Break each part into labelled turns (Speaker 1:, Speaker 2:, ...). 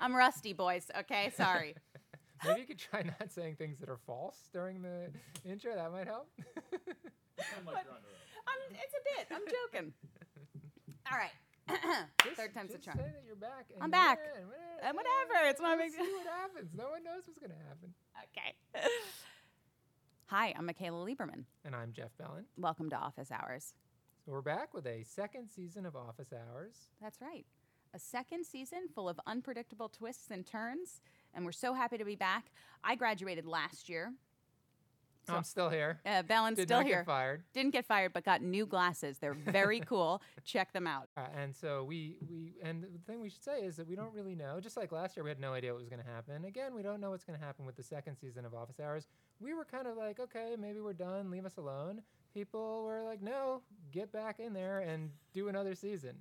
Speaker 1: I'm rusty, boys. Okay, sorry.
Speaker 2: Maybe you could try not saying things that are false during the intro. That might help.
Speaker 1: I'm, it's a bit. I'm joking. All right.
Speaker 2: Just-
Speaker 1: Third time's a
Speaker 2: just
Speaker 1: charm.
Speaker 2: Say that you're back. And
Speaker 1: I'm back.
Speaker 2: yeah,
Speaker 1: And
Speaker 2: and whatever.
Speaker 1: whatever, it's not a
Speaker 2: Let's
Speaker 1: big-
Speaker 2: See what happens. No one knows what's gonna happen.
Speaker 1: Okay. Hi, I'm Michaela Lieberman.
Speaker 2: And I'm Jeff Bellin.
Speaker 1: Welcome to Office Hours.
Speaker 2: So we're back with a second season of Office Hours.
Speaker 1: That's right. A second season full of unpredictable twists and turns, and we're so happy to be back. I graduated last year. So-
Speaker 2: I'm still here.
Speaker 1: Uh, Bellin's
Speaker 2: Did
Speaker 1: still
Speaker 2: not
Speaker 1: here.
Speaker 2: get fired.
Speaker 1: Didn't get fired, but got new glasses. They're very cool. Check them out.
Speaker 2: Uh, and so we we and the thing we should say is that we don't really know. Just like last year, we had no idea what was going to happen. Again, we don't know what's going to happen with the second season of Office Hours. We were kind of like, okay, maybe we're done. Leave us alone. People were like, no, get back in there and do another season.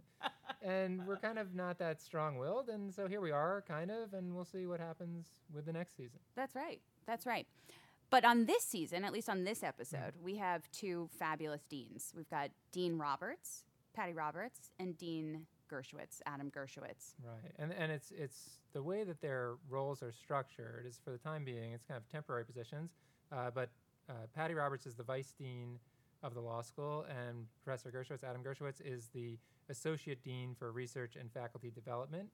Speaker 2: and we're kind of not that strong-willed, and so here we are, kind of, and we'll see what happens with the next season.
Speaker 1: That's right. That's right. But on this season, at least on this episode, we have two fabulous deans. We've got Dean Roberts, Patty Roberts, and Dean Gershowitz, Adam Gershowitz.
Speaker 2: Right, and and it's it's the way that their roles are structured is for the time being it's kind of temporary positions, uh, but uh, Patty Roberts is the vice dean of the law school, and Professor Gershowitz, Adam Gershowitz, is the associate dean for research and faculty development,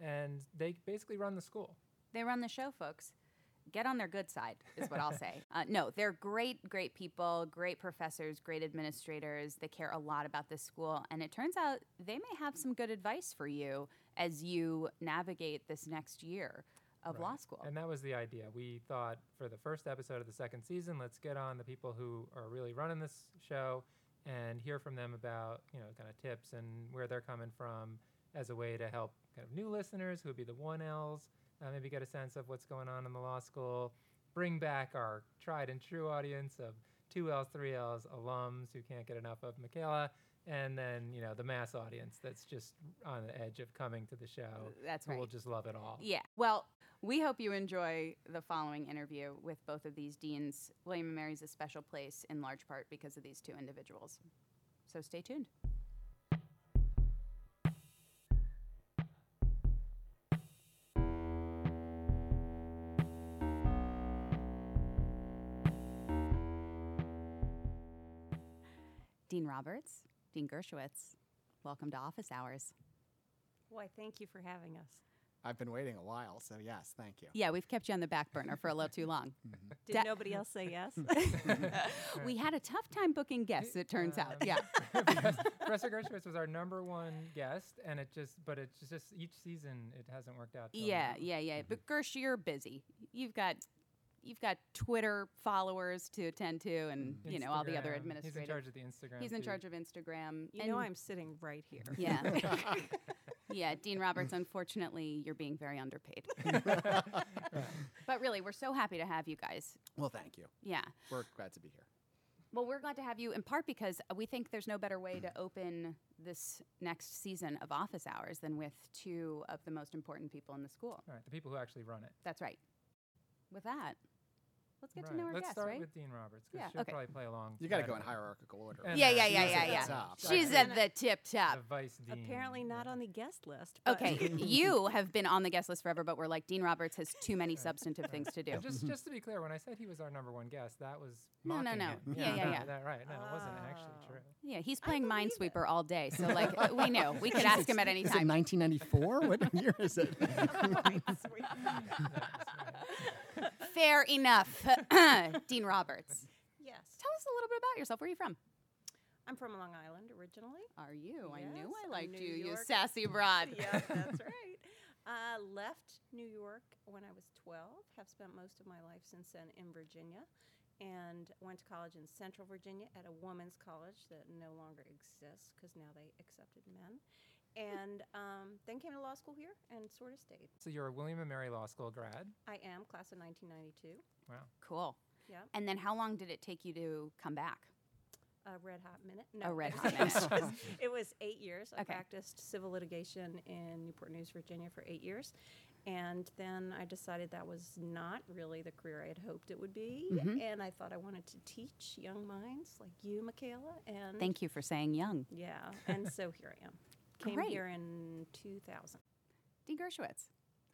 Speaker 2: and they basically run the school.
Speaker 1: They run the show, folks. Get on their good side, is what I'll say. Uh, no, they're great, great people, great professors, great administrators. They care a lot about this school. And it turns out they may have some good advice for you as you navigate this next year of law
Speaker 2: Right.
Speaker 1: school.
Speaker 2: And that was the idea. We thought for the first episode of the second season, let's get on the people who are really running this show and hear from them about, you know, kind of tips and where they're coming from as a way to help kind of new listeners who would be the 1Ls, uh, maybe get a sense of what's going on in the law school, bring back our tried and true audience of 2Ls, 3Ls, alums who can't get enough of Michaela. And then you know the mass audience that's just on the edge of coming to the show.
Speaker 1: That's
Speaker 2: who Will
Speaker 1: right.
Speaker 2: just love it all.
Speaker 1: Yeah. Well, we hope you enjoy the following interview with both of these deans. William and Mary's a special place in large part because of these two individuals. So stay tuned. Dean Roberts, Dean Gershowitz, welcome to Office Hours.
Speaker 3: Why, thank you for having us.
Speaker 4: I've been waiting a while, so yes, thank you.
Speaker 1: Yeah, we've kept you on the back burner for a little too long.
Speaker 3: Did
Speaker 1: Da-
Speaker 3: nobody else say yes?
Speaker 1: We had a tough time booking guests, it turns out. Yeah.
Speaker 2: Professor Gershowitz was our number one guest, and it just, but it's just- just each season it hasn't worked out. till
Speaker 1: Yeah,
Speaker 2: now.
Speaker 1: yeah, yeah.
Speaker 2: Mm-hmm.
Speaker 1: But Gersh, you're busy. You've got you've got Twitter followers to attend to and you know, all the other
Speaker 2: Mm-hmm. Instagram. He's in
Speaker 1: administrative.
Speaker 2: charge of the Instagram.
Speaker 1: He's in
Speaker 2: feed.
Speaker 1: charge of Instagram.
Speaker 3: you
Speaker 1: and-
Speaker 3: know I'm sitting right here.
Speaker 1: Yeah.
Speaker 4: Mm-hmm.
Speaker 1: yeah, Dean Roberts, unfortunately, you're being very underpaid. but really, we're so happy to have you guys.
Speaker 4: Well, thank you.
Speaker 1: Yeah.
Speaker 4: We're glad to be here.
Speaker 1: Well, we're glad to have you in part because we think there's no better way to open this next season of office hours than with two of the most important people in the school.
Speaker 2: All right, the people who actually run it.
Speaker 1: That's right. With that, let's get to
Speaker 2: Right,
Speaker 1: know our
Speaker 2: Let's
Speaker 1: guests,
Speaker 2: start
Speaker 1: right?
Speaker 2: with Dean Roberts because
Speaker 1: Yeah,
Speaker 2: she'll
Speaker 1: okay.
Speaker 2: probably play along.
Speaker 4: You got to
Speaker 2: better.
Speaker 4: go in hierarchical order.
Speaker 2: And
Speaker 1: yeah,
Speaker 2: then
Speaker 1: yeah,
Speaker 2: she's
Speaker 1: yeah,
Speaker 2: at
Speaker 1: yeah,
Speaker 2: the
Speaker 1: yeah.
Speaker 4: top.
Speaker 1: She's at the tip
Speaker 2: The
Speaker 1: top.
Speaker 2: vice dean.
Speaker 3: Apparently not
Speaker 2: yeah.
Speaker 3: on the guest list. but-
Speaker 1: Okay, you have been on the guest list forever, but we're like Dean Roberts has too many substantive things to do.
Speaker 2: And Just, just to be clear, when I said he was our number one guest, that was
Speaker 1: No, no,
Speaker 2: mocking
Speaker 1: no.
Speaker 2: him.
Speaker 1: Yeah, yeah, yeah. Oh.
Speaker 2: That, right? No, it wasn't actually true.
Speaker 1: Yeah, he's playing Minesweeper all day, so like we knew we could ask him at any
Speaker 4: Is
Speaker 1: time.
Speaker 4: it 1994? what year is it?
Speaker 1: Fair enough, Dean Roberts.
Speaker 3: Yes.
Speaker 1: Tell us a little bit about yourself. Where are you from?
Speaker 3: I'm from Long Island originally.
Speaker 1: Are you? I knew
Speaker 3: Yes,
Speaker 1: I
Speaker 3: I'm
Speaker 1: liked
Speaker 3: New
Speaker 1: you, you
Speaker 3: Yorker.
Speaker 1: sassy broad.
Speaker 3: Yeah, that's right. Uh, left New York when I was 12. Have spent most of my life since then in Virginia, and went to college in Central Virginia at a woman's college that no longer exists because now they accepted men. And um, then came to law school here and sort of stayed.
Speaker 2: So you're a William and Mary Law School grad.
Speaker 3: I am class of 1992.
Speaker 2: Wow.
Speaker 1: Cool.
Speaker 3: Yeah,
Speaker 1: And then how long did it take you to come back?
Speaker 3: a red hot minute.
Speaker 1: A
Speaker 3: No,
Speaker 1: red
Speaker 3: it
Speaker 1: hot
Speaker 3: was-
Speaker 1: minute.
Speaker 3: it was eight years. I
Speaker 1: Okay.
Speaker 3: practiced civil litigation in Newport News, Virginia, for eight years, and then I decided that was not really the career I had hoped it would be,
Speaker 1: Mm-hmm.
Speaker 3: and I thought I wanted to teach young minds like you, Michaela. And
Speaker 1: Thank you for saying young.
Speaker 3: yeah, and so here I am. Came
Speaker 1: Great.
Speaker 3: here in 2000.
Speaker 1: Dean Gershowitz.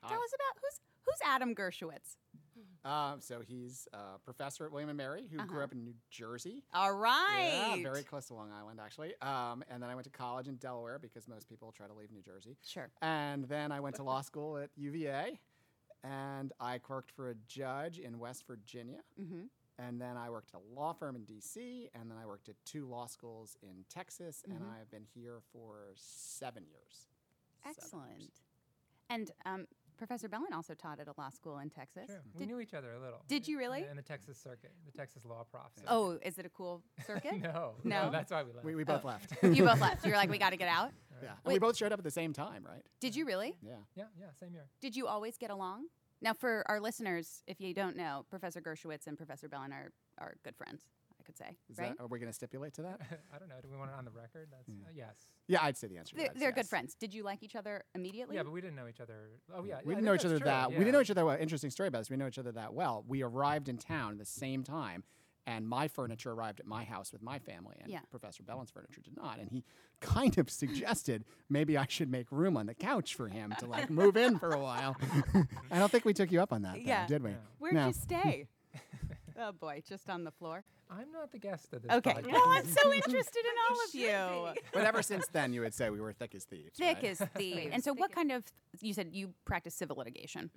Speaker 1: Tell us about who's who's Adam Gershowitz.
Speaker 4: Uh, so he's a professor at William and Mary who
Speaker 1: Uh-huh.
Speaker 4: grew up in New Jersey.
Speaker 1: All right.
Speaker 4: Yeah, very close to Long Island, actually. Um, and then I went to college in Delaware because most people try to leave New Jersey.
Speaker 1: sure.
Speaker 4: And then I went to law school at UVA, and I clerked for a judge in West Virginia.
Speaker 1: hmm
Speaker 4: And then I worked at a law firm in DC, and then I worked at two law schools in Texas, and
Speaker 1: Mhm.
Speaker 4: I've been here for seven years. Seven years.
Speaker 1: Excellent. And um, Professor Bellin also taught at a law school in Texas.
Speaker 2: Sure. we
Speaker 1: Did-
Speaker 2: knew each other a little.
Speaker 1: Did you
Speaker 2: in-
Speaker 1: really?
Speaker 2: In the Texas circuit, the Texas law prof. circuit.
Speaker 1: oh, is it a cool circuit?
Speaker 2: no,
Speaker 1: No?
Speaker 2: that's why we left.
Speaker 4: We, we both left.
Speaker 1: Oh. You both left. You're like, we got to get out.
Speaker 4: yeah. And
Speaker 1: Wait.
Speaker 4: we both showed up at the same time, right?
Speaker 1: Did you really?
Speaker 4: Yeah.
Speaker 2: yeah, yeah, same year.
Speaker 1: Did you always get along? Now, for our listeners, if you don't know, Professor Gershowitz and Professor Bellin are, are good friends, I could say.
Speaker 4: Is
Speaker 1: right?
Speaker 4: that, are we going to stipulate to that?
Speaker 2: I don't know. Do we want it on the record? That's uh, yes.
Speaker 4: Yeah, I'd say the answer. to
Speaker 1: they're
Speaker 4: that is
Speaker 1: they're good
Speaker 4: yes.
Speaker 1: friends. Did you like each other immediately?
Speaker 2: Yeah, but we didn't know each other. Oh yeah,
Speaker 4: we
Speaker 2: yeah, I
Speaker 4: didn't
Speaker 2: think
Speaker 4: know each
Speaker 2: that's
Speaker 4: other
Speaker 2: true,
Speaker 4: that.
Speaker 2: Yeah.
Speaker 4: We didn't know each other well. Interesting story about this. We didn't know each other that well. We arrived in town at the same time, and my furniture arrived at my house with my family, and
Speaker 1: Yeah.
Speaker 4: Professor Bellin's furniture did not. And he kind of suggested maybe I should make room on the couch for him to like move in for a while. I don't think we took you up on that, though,
Speaker 1: Yeah.
Speaker 4: did we?
Speaker 2: No.
Speaker 1: Where'd
Speaker 4: No.
Speaker 1: you stay? oh, boy, just on the floor.
Speaker 2: I'm not the guest of this.
Speaker 1: Okay.
Speaker 2: podcast.
Speaker 1: Well, I'm so interested in all of
Speaker 3: should
Speaker 1: you.
Speaker 4: But ever since then, you would say we were thick as thieves.
Speaker 1: Thick
Speaker 4: right?
Speaker 1: as thieves. And so, what kind of, you Mm-hmm. said you practice civil litigation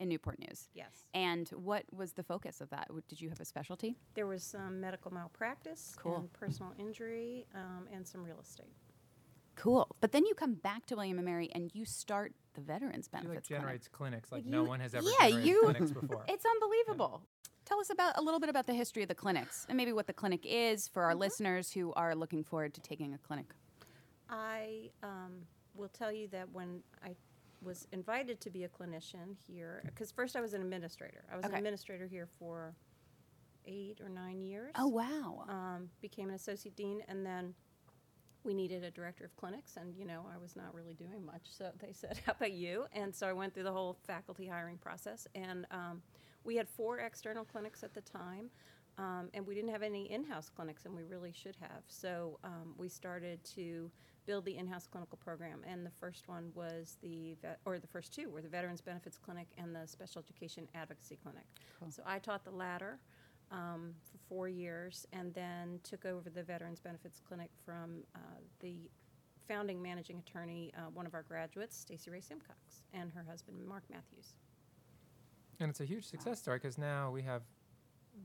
Speaker 1: in Newport News.
Speaker 3: Yes.
Speaker 1: And what was the focus of that? W- Did you have a specialty?
Speaker 3: There was some medical malpractice,
Speaker 1: Cool.
Speaker 3: and personal injury, um, and some real estate.
Speaker 1: Cool. But then you come back to William and Mary and you start the veterans
Speaker 2: She like
Speaker 1: benefits. Clinic.
Speaker 2: generates clinics like
Speaker 1: You-
Speaker 2: no one has ever
Speaker 1: yeah,
Speaker 2: generated
Speaker 1: you-
Speaker 2: clinics before.
Speaker 1: It's unbelievable. Tell us about a little bit about the history of the clinics and maybe what the clinic is for our listeners who are looking forward to taking a clinic.
Speaker 3: I um, will tell you that when I was invited to be a clinician here, because first I was an administrator. I was
Speaker 1: Okay.
Speaker 3: an administrator here for eight or nine years.
Speaker 1: Oh wow.
Speaker 3: um, became an associate dean, and then we needed a director of clinics, and you know I was not really doing much, so they said, "How about you?" And so I went through the whole faculty hiring process, and um, we had four external clinics at the time, um, and we didn't have any in-house clinics, and we really should have. So um, we started to build the in-house clinical program, and the first one was the vet, or the first two were the Veterans Benefits Clinic and the Special Education Advocacy Clinic. So I taught the latter um, for four years and then took over the Veterans Benefits Clinic from uh, the founding managing attorney, uh, one of our graduates, Stacey Ray Simcox, and her husband, Mark Matthews.
Speaker 2: and it's a huge success story because now we have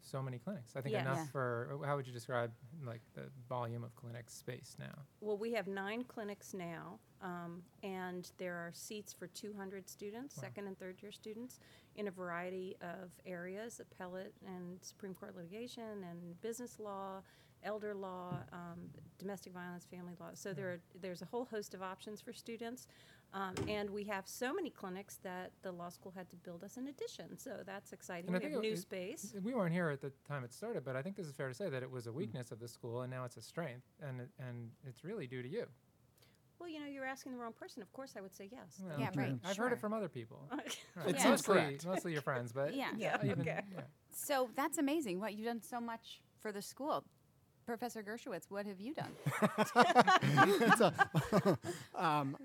Speaker 2: so many clinics. I think
Speaker 3: Yes.
Speaker 2: enough
Speaker 1: Yeah.
Speaker 2: for how would you describe like the volume of clinic space now?
Speaker 3: Well, we have nine clinics now, um, and there are seats for 200 students,
Speaker 2: Wow.
Speaker 3: second and third year students, in a variety of areas appellate and Supreme Court litigation, and business law, elder law, um, domestic violence, family law. So there are, there's a whole host of options for students. Um, and we have so many clinics that the law school had to build us in addition. So that's exciting.
Speaker 2: And I
Speaker 3: we have
Speaker 2: think it-
Speaker 3: new
Speaker 2: it-
Speaker 3: space.
Speaker 2: We weren't here at the time it started, but I think this is fair to say that it was a weakness of the school, and now it's a strength, and it- and it's really due to you.
Speaker 3: Well, you know, you're asking the wrong person. Of course, I would say yes.
Speaker 2: Well,
Speaker 1: Yeah, right,
Speaker 2: I've heard
Speaker 1: sure.
Speaker 2: it from other people. Right,
Speaker 4: It
Speaker 1: Yeah.
Speaker 4: seems
Speaker 2: mostly,
Speaker 4: correct.
Speaker 2: Mostly your friends, but
Speaker 1: Yeah.
Speaker 3: Yeah,
Speaker 2: even-
Speaker 3: okay.
Speaker 2: yeah.
Speaker 1: So that's amazing. What you've done so much for the school. Professor Gershowitz, what have you done?
Speaker 4: It's a- um,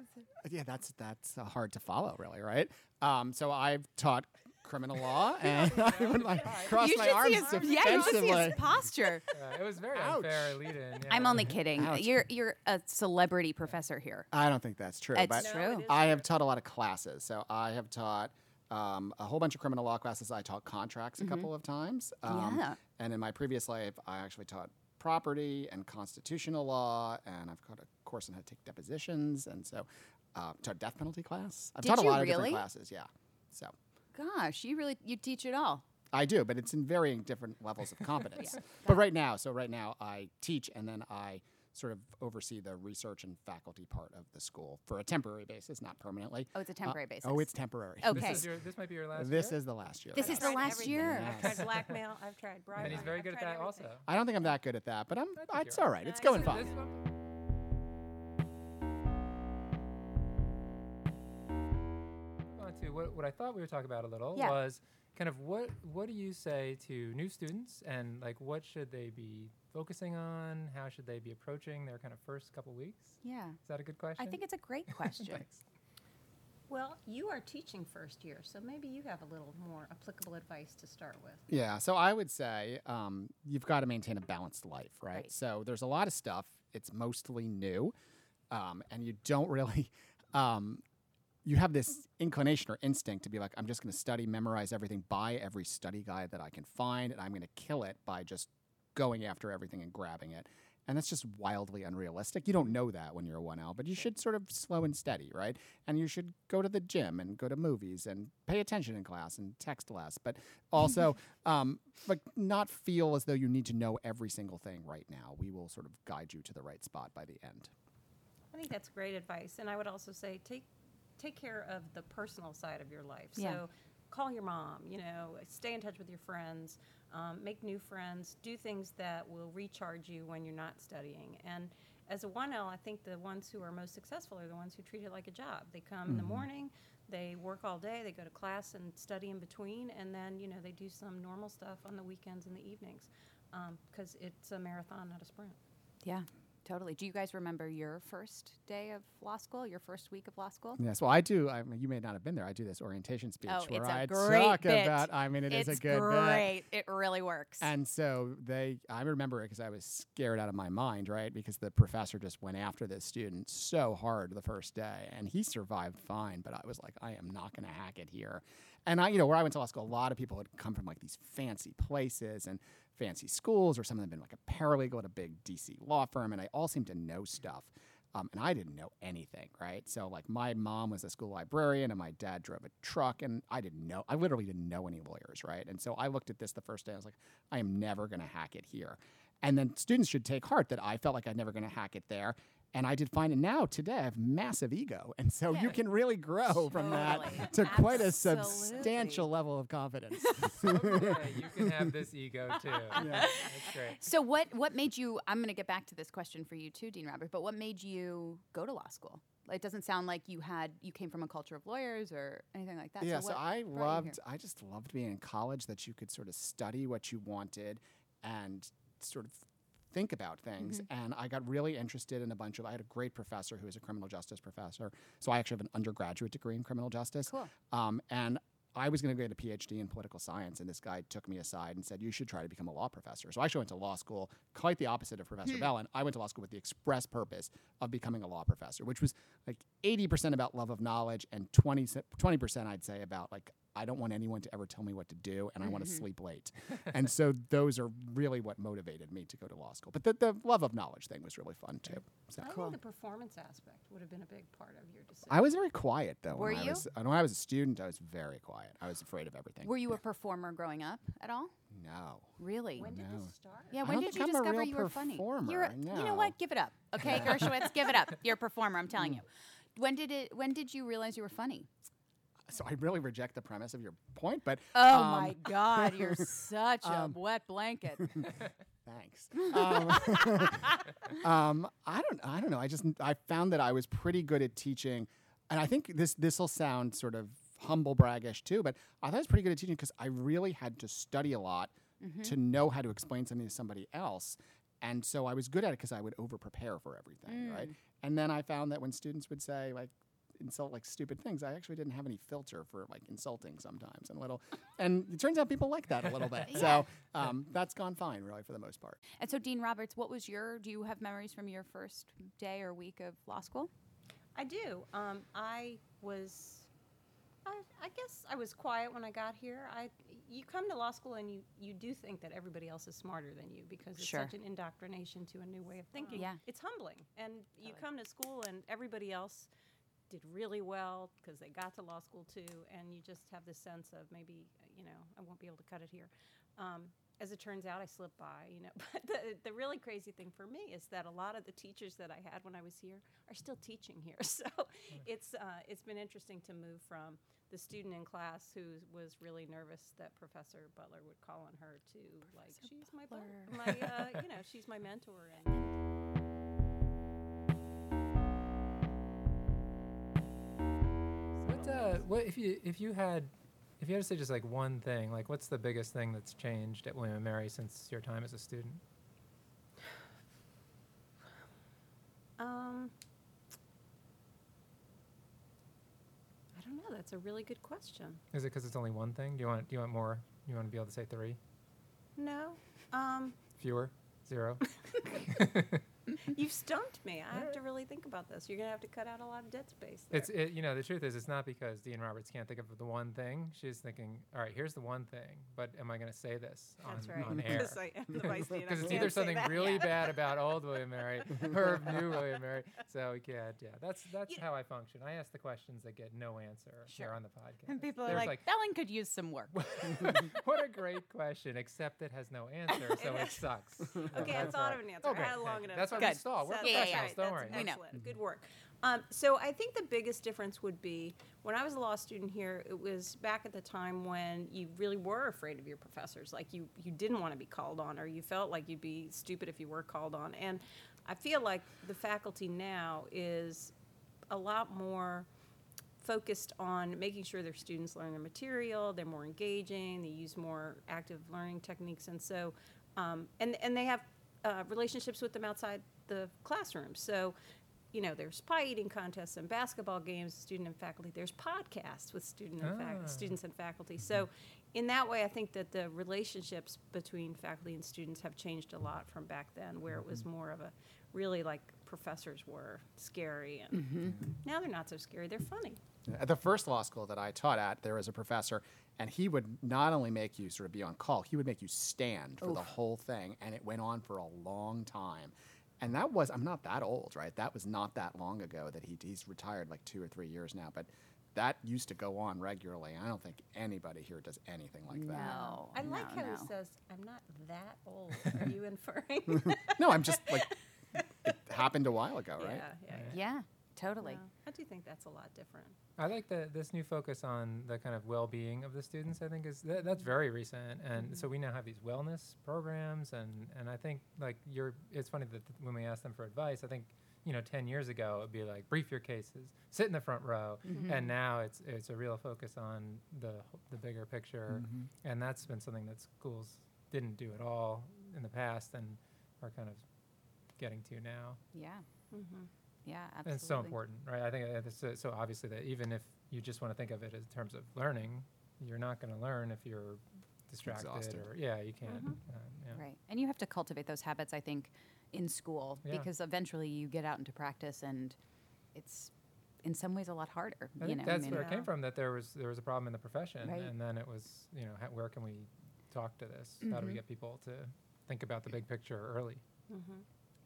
Speaker 4: yeah, that's that's uh, hard to follow, really, right? Um, so I've taught criminal law, and I would like cross
Speaker 1: you
Speaker 4: my
Speaker 1: should
Speaker 4: arms
Speaker 1: see his, yeah, you should see his
Speaker 4: defensively.
Speaker 1: posture.
Speaker 2: Uh, it was very
Speaker 4: Ouch.
Speaker 2: unfair lead in. Yeah.
Speaker 1: I'm only kidding.
Speaker 4: Ouch.
Speaker 1: You're you're a celebrity professor here.
Speaker 4: I don't think that's true.
Speaker 1: It's
Speaker 4: but
Speaker 1: true. No, it is
Speaker 4: I have taught a lot of classes. So I have taught um, a whole bunch of criminal law classes. I taught contracts a couple of times. Um,
Speaker 1: Mm-hmm. Yeah.
Speaker 4: And in my previous life, I actually taught property and constitutional law, and I've taught a course on how to take depositions, and so uh, taught death penalty class. I've
Speaker 1: Did
Speaker 4: taught a
Speaker 1: you
Speaker 4: lot of
Speaker 1: really?
Speaker 4: different classes. Yeah. So
Speaker 1: Gosh, you really you teach it all.
Speaker 4: I do, but it's in varying different levels of competence. But right now, so right now I teach and then I sort of oversee the research and faculty part of the school for a temporary basis, not permanently.
Speaker 1: Oh, it's a temporary basis.
Speaker 4: Oh, it's temporary.
Speaker 2: This,
Speaker 1: Okay.
Speaker 2: is your, this might be your last.
Speaker 4: This
Speaker 2: year?
Speaker 4: is the last year.
Speaker 1: This
Speaker 4: that
Speaker 1: is
Speaker 4: I-
Speaker 1: the last year.
Speaker 3: I've
Speaker 4: Yes.
Speaker 3: tried blackmail. I've tried bribery.
Speaker 2: And he's very
Speaker 3: I've
Speaker 2: good at
Speaker 3: tried
Speaker 2: that
Speaker 3: everything.
Speaker 2: also.
Speaker 4: I don't think I'm that good at that, but I'm.
Speaker 2: think
Speaker 4: It's
Speaker 2: you are.
Speaker 4: all right. It's
Speaker 3: No,
Speaker 4: going
Speaker 3: it's
Speaker 4: fine.
Speaker 2: This one? on to what, what I thought we were talking about a little
Speaker 1: Yeah.
Speaker 2: was kind of what what do you say to new students and like what should they be focusing on? How should they be approaching their kind of first couple weeks?
Speaker 1: Yeah.
Speaker 2: Is that a good question?
Speaker 1: I think it's a great question.
Speaker 2: Thanks.
Speaker 3: Well, you are teaching first year, so maybe you have a little more applicable advice to start with.
Speaker 4: Yeah. So I would say um, you've got to maintain a balanced life, right?
Speaker 1: Right.
Speaker 4: So there's a lot of stuff. It's mostly new, um, and you don't really. Um, you have this inclination or instinct to be like, I'm just going to study, memorize everything, buy every study guide that I can find, and I'm going to kill it by just going after everything and grabbing it. And that's just wildly unrealistic. You don't know that when you're a 1L, but you should sort of slow and steady, right? And you should go to the gym and go to movies and pay attention in class and text less, but also um, like not feel as though you need to know every single thing right now. We will sort of guide you to the right spot by the end.
Speaker 3: I think that's great advice, and I would also say take take care of the personal side of your life.
Speaker 1: Yeah.
Speaker 3: So call your mom. You know, stay in touch with your friends, um, make new friends, do things that will recharge you when you're not studying. And as a one L, I think the ones who are most successful are the ones who treat it like a job. They come in the morning. They work all day. They go to class and study in between, and then you know they do some normal stuff on the weekends and the evenings, because it's a marathon, not a sprint.
Speaker 1: Yeah, totally. Do you guys remember your first day of law school, your first week of law school?
Speaker 4: Yes, well, I do. I mean, you may not have been there. I do this orientation speech
Speaker 1: Oh,
Speaker 4: where
Speaker 1: it's a
Speaker 4: I
Speaker 1: great
Speaker 4: talk
Speaker 1: bit.
Speaker 4: about. I mean, it's
Speaker 1: it's
Speaker 4: a good bit.
Speaker 1: great. It really works.
Speaker 4: And so they, I remember it because I was scared out of my mind, right? Because the professor just went after this student so hard the first day, and he survived fine. But I was like, I am not going to hack it here. And I, you know, where I went to law school, a lot of people had come from like these fancy places and fancy schools, or some of them been like a paralegal at a big DC law firm, and I all seemed to know stuff. Um, and I didn't know anything, right? So, like, my mom was a school librarian and my dad drove a truck, and I didn't know, I literally didn't know any lawyers, right? And so I looked at this the first day, I was like, I am never going to hack it here. And then students should take heart that I felt like I'm never going to hack it there. And I did fine. And now today I have massive ego. And so you
Speaker 1: Yeah.
Speaker 4: can really grow from
Speaker 1: Totally.
Speaker 4: that to quite a
Speaker 1: Absolutely.
Speaker 4: substantial level of confidence.
Speaker 2: yeah, you can have this ego too. That's great.
Speaker 1: so what what made you I'm going to get back to this question for you too, Dean Roberts, but what made you go to law school? It doesn't sound like you had you came from a culture of lawyers or anything like that.
Speaker 4: yeah,
Speaker 1: so,
Speaker 4: so
Speaker 1: what
Speaker 4: I
Speaker 1: brought you here?
Speaker 4: loved, I just loved being in college that you could sort of study what you wanted and sort of think about things.
Speaker 1: Mm-hmm.
Speaker 4: And I got really interested in a bunch of, I had a great professor who was a criminal justice professor. So I actually have an undergraduate degree in criminal justice.
Speaker 1: Cool.
Speaker 4: Um, and I was going to get a PhD in political science, and this guy took me aside and said, "You should try to become a law professor." So I actually went to law school, quite the opposite of Professor Bellin. I went to law school with the express purpose of becoming a law professor, which was like eighty percent about love of knowledge and 20 percent, I'd say, about like I don't want anyone to ever tell me what to do, and I want to sleep late. and so those are really what motivated me to go to law school. But the, the love of knowledge thing was really fun too. So.
Speaker 3: I think the performance aspect would have been a big part of your decision.
Speaker 4: I was very quiet though.
Speaker 1: Were
Speaker 4: when I
Speaker 1: you?
Speaker 4: was, when I was a student, I was very quiet. I was afraid of everything.
Speaker 1: Were you a performer growing up at all?
Speaker 4: No.
Speaker 1: Really?
Speaker 3: when did
Speaker 4: No.
Speaker 3: this start?
Speaker 1: yeah,
Speaker 4: I
Speaker 1: when
Speaker 4: don't
Speaker 1: did
Speaker 4: think
Speaker 1: you
Speaker 4: I'm a
Speaker 1: discover
Speaker 4: real
Speaker 1: you were funny? You're a-
Speaker 4: performer,
Speaker 1: You
Speaker 4: no.
Speaker 1: know what? Give it up. Okay, Gershowitz, give it up. You're a performer, I'm telling you. When did it when did you realize you were funny?
Speaker 4: So I really reject the premise of your point, but
Speaker 1: Oh
Speaker 4: um,
Speaker 1: my God, you're such a wet blanket.
Speaker 4: thanks. Um, um, I don't. I don't know. I just I found that I was pretty good at teaching, and I think this this will sound sort of humble braggish too, but I thought I was pretty good at teaching because I really had to study a lot
Speaker 1: Mm-hmm.
Speaker 4: to know how to explain something to somebody else. And so I was good at it because I would over prepare for everything, right?
Speaker 1: Mm.
Speaker 4: And then I found that when students would say like insult like stupid things, I actually didn't have any filter for like insulting sometimes and a little. and it turns out people like that a little bit. So um, that's gone fine, really, for the most part.
Speaker 1: And so, Dean Roberts, what was your? Do you have memories from your first day or week of law school?
Speaker 3: I do. Um, I was, I, I guess I was quiet when I got here. I, you come to law school and you, you do think that everybody else is smarter than you because it's
Speaker 1: Sure.
Speaker 3: such an indoctrination to a new way of thinking.
Speaker 1: Yeah.
Speaker 3: It's humbling. And you come to school and everybody else did really well because they got to law school too. And you just have this sense of maybe, you know, I won't be able to cut it here. Um, as it turns out, I slipped by, you know. But the, the really crazy thing for me is that a lot of the teachers that I had when I was here are still teaching here. So it's uh, it's been interesting to move from the student in class who was really nervous that Professor Butler would call on her to like she's my
Speaker 1: Butler."
Speaker 3: bu- my uh, you know she's my mentor and.
Speaker 2: What, uh, what if you if you had if you had to say just like one thing, like what's the biggest thing that's changed at William and Mary since your time as a student?
Speaker 3: Um, I don't that's a really good question.
Speaker 2: Is it because it's only one thing? Do you want do you want more? You want to be able to say three,
Speaker 3: No, um,
Speaker 2: fewer, zero?
Speaker 3: you've stumped me. I have to really think about this. You're gonna have to cut out a lot of dead space. There.
Speaker 2: It's it, you know the truth is it's not because Dean Roberts can't think of the one thing. She's thinking, all right, here's the one thing, but am I going to say this on,
Speaker 3: that's right.
Speaker 2: on air?
Speaker 3: Because I am the vice dean. I
Speaker 2: Because it's
Speaker 3: can't
Speaker 2: either
Speaker 3: say
Speaker 2: something
Speaker 3: that.
Speaker 2: really
Speaker 3: Yeah.
Speaker 2: bad about old William Mary or new William Mary. So we can't. Yeah, that's that's
Speaker 1: You-
Speaker 2: how I function. I ask the questions that get no answer here
Speaker 1: Sure.
Speaker 2: on the podcast.
Speaker 1: And people are
Speaker 2: There's
Speaker 1: like, that one could use some work.
Speaker 2: what a great question, except it has no answer, so it sucks.
Speaker 3: Okay, I thought of an answer.
Speaker 2: Okay,
Speaker 3: I had a long
Speaker 2: thank you.
Speaker 3: enough.
Speaker 2: That's why
Speaker 1: time.
Speaker 2: we stall. We're
Speaker 3: So
Speaker 1: Yeah, yeah, yeah.
Speaker 2: professionals.
Speaker 3: that's
Speaker 2: Don't
Speaker 3: right.
Speaker 2: worry.
Speaker 3: That's
Speaker 1: We know.
Speaker 3: excellent. Good work. Um, so I think the biggest difference would be when I was a law student here. It was back at the time when you really were afraid of your professors, like you you didn't want to be called on, or you felt like you'd be stupid if you were called on. And I feel like the faculty now is a lot more focused on making sure their students learn their material, they're more engaging, they use more active learning techniques, and so, um, and and they have uh, relationships with them outside the classroom. So, you know, there's pie eating contests and basketball games, student and faculty. There's podcasts with student and
Speaker 2: Ah.
Speaker 3: fac- students and faculty. So, in that way, I think that the relationships between faculty and students have changed a lot from back then, where it was more of a really like professors were scary and
Speaker 1: Mm-hmm.
Speaker 3: now they're not so scary they're funny
Speaker 4: At the first law school that I taught at, there was a professor, and he would not only make you sort of be on call, he would make you stand for the whole thing, and it went on for a long time. And that was, I'm not that old, right? That was not that long ago that he, he's retired like two or three years now, but that used to go on regularly. I don't think anybody here does anything like that.
Speaker 1: No.
Speaker 3: I like
Speaker 1: Oh, no,
Speaker 3: how
Speaker 1: no.
Speaker 3: he says, I'm not that old. Are you inferring? yeah,
Speaker 4: No, I'm just like, it happened a while ago, right?
Speaker 3: yeah, yeah.
Speaker 1: Yeah, totally.
Speaker 3: No, I do think that's a lot different.
Speaker 2: I like the, this new focus on the kind of well-being of the students. I think is that, that's very recent, and so we now have these wellness programs, and and I think like you're. It's funny that th- when we ask them for advice, I think you know ten years ago it'd be like brief your cases, sit in the front row, and now it's it's a real focus on the wh- the bigger picture, and that's been something that schools didn't do at all in the past, and are kind of getting to now.
Speaker 1: Yeah.
Speaker 3: Mhm.
Speaker 1: Yeah, absolutely.
Speaker 2: And it's so important, right? I think uh, it's uh, so obviously that even if you just want to think of it in terms of learning, you're not going to learn if you're distracted
Speaker 4: Exhausted.
Speaker 2: or yeah, you can't. uh, yeah.
Speaker 1: Mm-hmm. Right. And you have to cultivate those habits, I think, in school
Speaker 2: Yeah.
Speaker 1: because eventually you get out into practice and it's in some ways a lot harder.
Speaker 2: I
Speaker 1: you
Speaker 2: think
Speaker 1: know,
Speaker 2: that's
Speaker 1: I mean,
Speaker 2: where it came
Speaker 3: Yeah.
Speaker 2: from. That there was there was a problem in the profession,
Speaker 1: Right.
Speaker 2: and then it was you know how, where can we talk to this? How
Speaker 1: Mm-hmm.
Speaker 2: do we get people to think about the big picture early?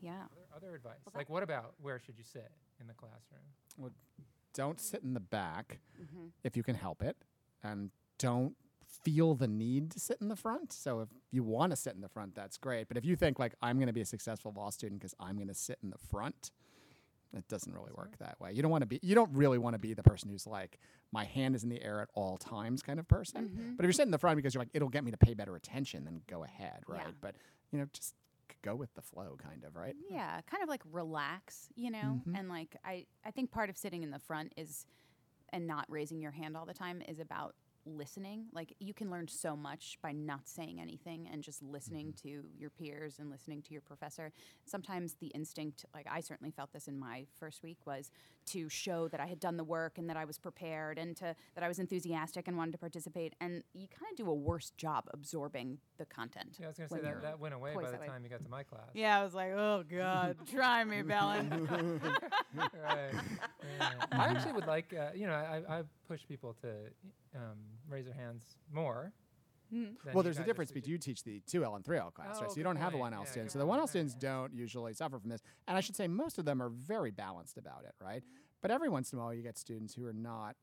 Speaker 1: yeah.
Speaker 2: Other, other advice,
Speaker 1: that-
Speaker 2: like what about where should you sit in the classroom?
Speaker 4: don't sit in the back
Speaker 1: Mhm.
Speaker 4: if you can help it and don't feel the need to sit in the front so if you want to sit in the front that's great but if you think like i'm going to be a successful law student because i'm going to sit in the front it doesn't really work that way you don't want to be you don't really want to be the person who's like my hand is in the air at all times kind of person but if you're sitting in the front because you're like it'll get me to pay better attention then go ahead
Speaker 1: Yeah.
Speaker 4: right but you know just c- go with the flow kind of right
Speaker 1: Yeah, kind of like relax, you know? And like I I think part of sitting in the front is and not raising your hand all the time is about listening. Like you can learn so much by not saying anything and just listening to your peers and listening to your professor. Sometimes the instinct, like I certainly felt this in my first week was to show that I had done the work and that I was prepared and to that I was enthusiastic and wanted to participate and you kind of do a worse job absorbing the content.
Speaker 2: Yeah, I was going to say
Speaker 1: when
Speaker 2: that
Speaker 1: you're
Speaker 2: that went away by
Speaker 1: poised
Speaker 2: the
Speaker 1: that way.
Speaker 2: time you got to my class.
Speaker 1: Yeah, I was like, "Oh god, try me, Belen."
Speaker 2: right. Yeah. I actually would like, uh, you know, I, I push people to um, raise their hands more.
Speaker 1: Hmm.
Speaker 2: than
Speaker 4: well,
Speaker 2: you
Speaker 4: there's
Speaker 2: guys
Speaker 4: a
Speaker 2: are
Speaker 4: difference between you teach the 2L and 3L class,
Speaker 2: Oh,
Speaker 4: right? So
Speaker 2: good
Speaker 4: you don't have a
Speaker 2: point.
Speaker 4: 1L
Speaker 2: Yeah,
Speaker 4: student.
Speaker 2: good
Speaker 4: So the 1L
Speaker 2: point. Yeah,
Speaker 4: students
Speaker 2: yeah.
Speaker 4: don't usually suffer from this. And I should say most of them are very balanced about it, right? But every once in a while you get students who are not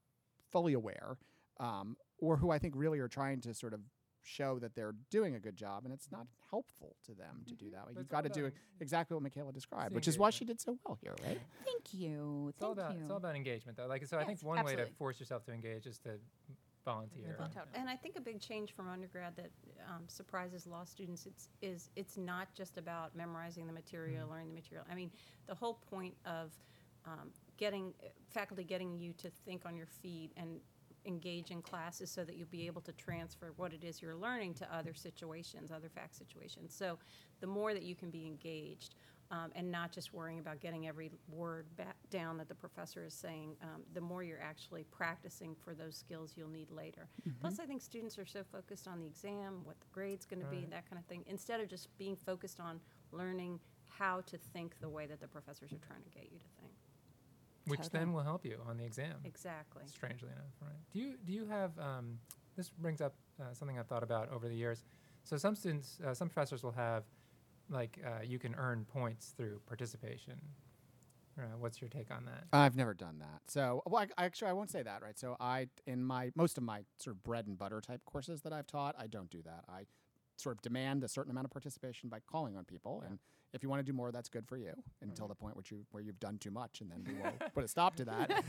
Speaker 4: fully aware um, or who I think really are trying to sort of show that they're doing a good job and it's not helpful to them to do that. Like
Speaker 2: But
Speaker 4: you've
Speaker 2: it's all
Speaker 4: got to do
Speaker 2: about-
Speaker 4: exactly what Michaela described,
Speaker 2: the
Speaker 4: which is why
Speaker 2: engagement.
Speaker 4: she did so well here, right?
Speaker 1: Thank you.
Speaker 2: It's all
Speaker 1: Thank
Speaker 2: about
Speaker 1: you.
Speaker 2: it's all about engagement, though. Like, so I think
Speaker 1: Yes,
Speaker 2: one way to
Speaker 1: absolutely.
Speaker 2: force yourself to engage is to volunteer.
Speaker 1: Well, totally.
Speaker 3: Um, And I think a big change from undergrad that um, surprises law students it's, is it's not just about memorizing the material, learning the material. I mean, the whole point of um, getting faculty getting you to think on your feet and engage in classes so that you'll be able to transfer what it is you're learning to other situations, other fact situations. So the more that you can be engaged, um, and not just worrying about getting every word back down that the professor is saying. Um, the more you're actually practicing for those skills you'll need later. Plus, I think students are so focused on the exam, what the grade's going to be,
Speaker 2: Right.
Speaker 3: that kind of thing, instead of just being focused on learning how to think the way that the professors are trying to get you to think.
Speaker 2: which
Speaker 1: Totally.
Speaker 2: then will help you on the exam.
Speaker 3: Exactly.
Speaker 2: Strangely enough, right? Do you do you have um, this brings up uh, something I've thought about over the years. So some students, uh, some professors will have like uh, you can earn points through participation. Uh, what's your take on that?
Speaker 4: I've never done that. So, well, I, actually, I won't say that, right? So, I in my most of my sort of bread and butter type courses that I've taught, I don't do that. I sort of demand a certain amount of participation by calling on people, and if you want to do more, that's good for you
Speaker 1: Mm-hmm.
Speaker 4: until the point which you where you've done too much, and then we will put a stop to that.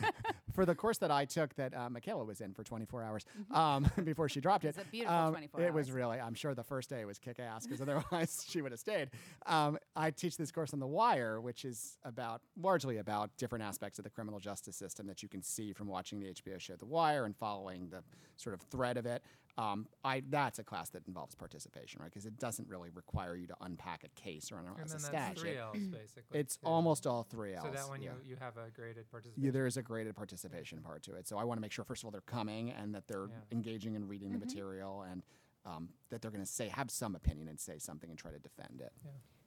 Speaker 4: for the course that I took, that uh, Michaela was in for 24 hours um, before she dropped it,
Speaker 1: Mm-hmm.
Speaker 4: um,
Speaker 1: It's a beautiful 24
Speaker 4: It was
Speaker 1: hours.
Speaker 4: really. I'm sure the first day was kick ass because otherwise she would have stayed. Um, I teach this course on the wire, which is about largely about different aspects of the criminal justice system that you can see from watching the HBO show The Wire and following the sort of thread of it. Um, I that's a class that involves participation, right? Because it doesn't really require you to unpack a case or
Speaker 2: And
Speaker 4: analyze a
Speaker 2: then that's
Speaker 4: statute.
Speaker 2: three L's basically.
Speaker 4: It's
Speaker 2: too.
Speaker 4: almost all three L's.
Speaker 2: So that one
Speaker 4: yeah.
Speaker 2: you, you have a graded participation.
Speaker 4: Yeah, there is a graded participation part to it. So I want to make sure, first of all, they're coming and that they're
Speaker 2: Yeah.
Speaker 4: engaging and reading
Speaker 1: Mm-hmm.
Speaker 4: the material and um, that they're going to say, have some opinion and say something and try to defend it.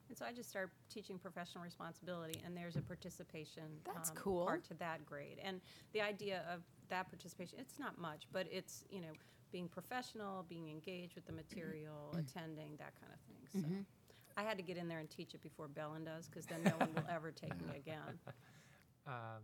Speaker 3: And so I just started teaching professional responsibility, and there's a participation um,
Speaker 1: That's cool.
Speaker 3: part to that grade. And the idea of that participation, it's not much, but it's you know being professional, being engaged with the material,
Speaker 1: Mm-hmm.
Speaker 3: attending that kind of thing. So I had to get in there and teach it before Bellin does, because then no one will ever take me again.
Speaker 2: Um,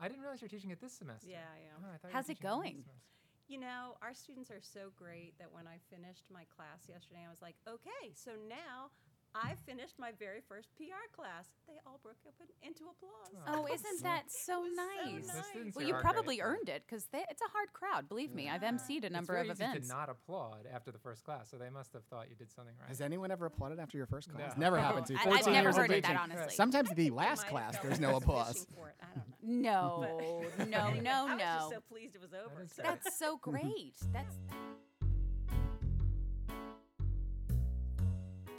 Speaker 2: I didn't realize you're teaching it this semester.
Speaker 3: Yeah, I am.
Speaker 2: Oh, I thought you were
Speaker 1: How's it
Speaker 2: teaching only
Speaker 1: going?
Speaker 2: this semester.
Speaker 3: You know, our students are so great that when I finished my class yesterday, I was like, okay, so now I finished my very first PR class. They all broke up in, into applause.
Speaker 1: Oh, isn't that so
Speaker 3: was so
Speaker 1: nice?
Speaker 2: The
Speaker 3: nice.
Speaker 2: students
Speaker 1: Well,
Speaker 2: here
Speaker 1: you
Speaker 2: are great,
Speaker 1: probably
Speaker 2: though.
Speaker 1: earned it because it's a hard crowd. Believe me, I've emceed a number
Speaker 2: it's
Speaker 1: of
Speaker 2: very easy
Speaker 1: events.
Speaker 2: to not applaud after the first class, so they must have thought you did something right.
Speaker 4: Has anyone ever applauded after your first class?
Speaker 2: No.
Speaker 4: Never
Speaker 2: No,
Speaker 4: happened to you.
Speaker 1: Oh, I-
Speaker 4: 14
Speaker 1: I've never
Speaker 4: years of
Speaker 1: heard of that,
Speaker 4: teaching.
Speaker 1: honestly.
Speaker 4: Sometimes the
Speaker 3: They
Speaker 4: last
Speaker 3: might
Speaker 4: class,
Speaker 3: have
Speaker 4: there's
Speaker 3: felt
Speaker 4: no
Speaker 3: like I was
Speaker 4: applause.
Speaker 3: fishing for it. I don't know.
Speaker 1: No, no,
Speaker 3: Anyway,
Speaker 1: no,
Speaker 3: I was
Speaker 1: no.
Speaker 3: just so pleased it was over.
Speaker 2: is
Speaker 3: so-
Speaker 2: great.
Speaker 1: That's so great. That's.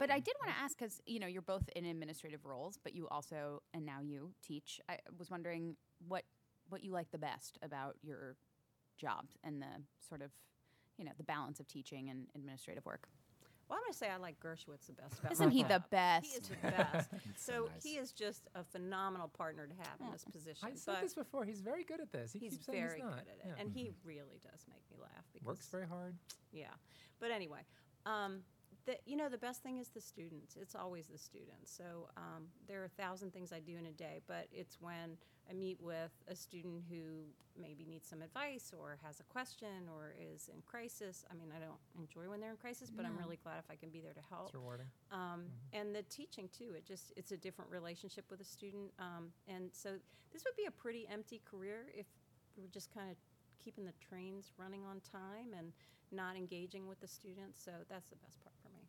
Speaker 1: But I did want to ask because you know you're both in administrative roles, but you also and now you teach. I was wondering what what you like the best about your job and the sort of you know the balance of teaching and administrative work.
Speaker 3: Well, I'm going to say I like Gershwitz the best. About
Speaker 1: Isn't
Speaker 3: my
Speaker 1: Uh-huh. he the
Speaker 3: job. He is
Speaker 1: best?
Speaker 3: the best. so
Speaker 4: so nice.
Speaker 3: he is just a phenomenal partner to have in this position.
Speaker 2: I said
Speaker 3: but
Speaker 2: this before. He's very good at this. He
Speaker 3: he's
Speaker 2: keeps saying
Speaker 3: very
Speaker 2: he's not.
Speaker 3: good at it,
Speaker 2: Yeah. Mm-hmm.
Speaker 3: and he really does make me laugh. Because
Speaker 2: works very hard.
Speaker 3: Yeah. But anyway, um, the, you know, the best thing is the students. It's always the students. So um, there are a thousand things I do in a day, but it's when I meet with a student who maybe needs some advice or has a question or is in crisis. I mean, I don't enjoy when they're in crisis, but I'm really glad if I can be there to help
Speaker 2: It's rewarding.
Speaker 3: um,
Speaker 2: Mm-hmm.
Speaker 3: and the teaching too it just it's a different relationship with a student um, and so this would be a pretty empty career if we we're just kind of keeping the trains running on time and not engaging with the students so that's the best part for me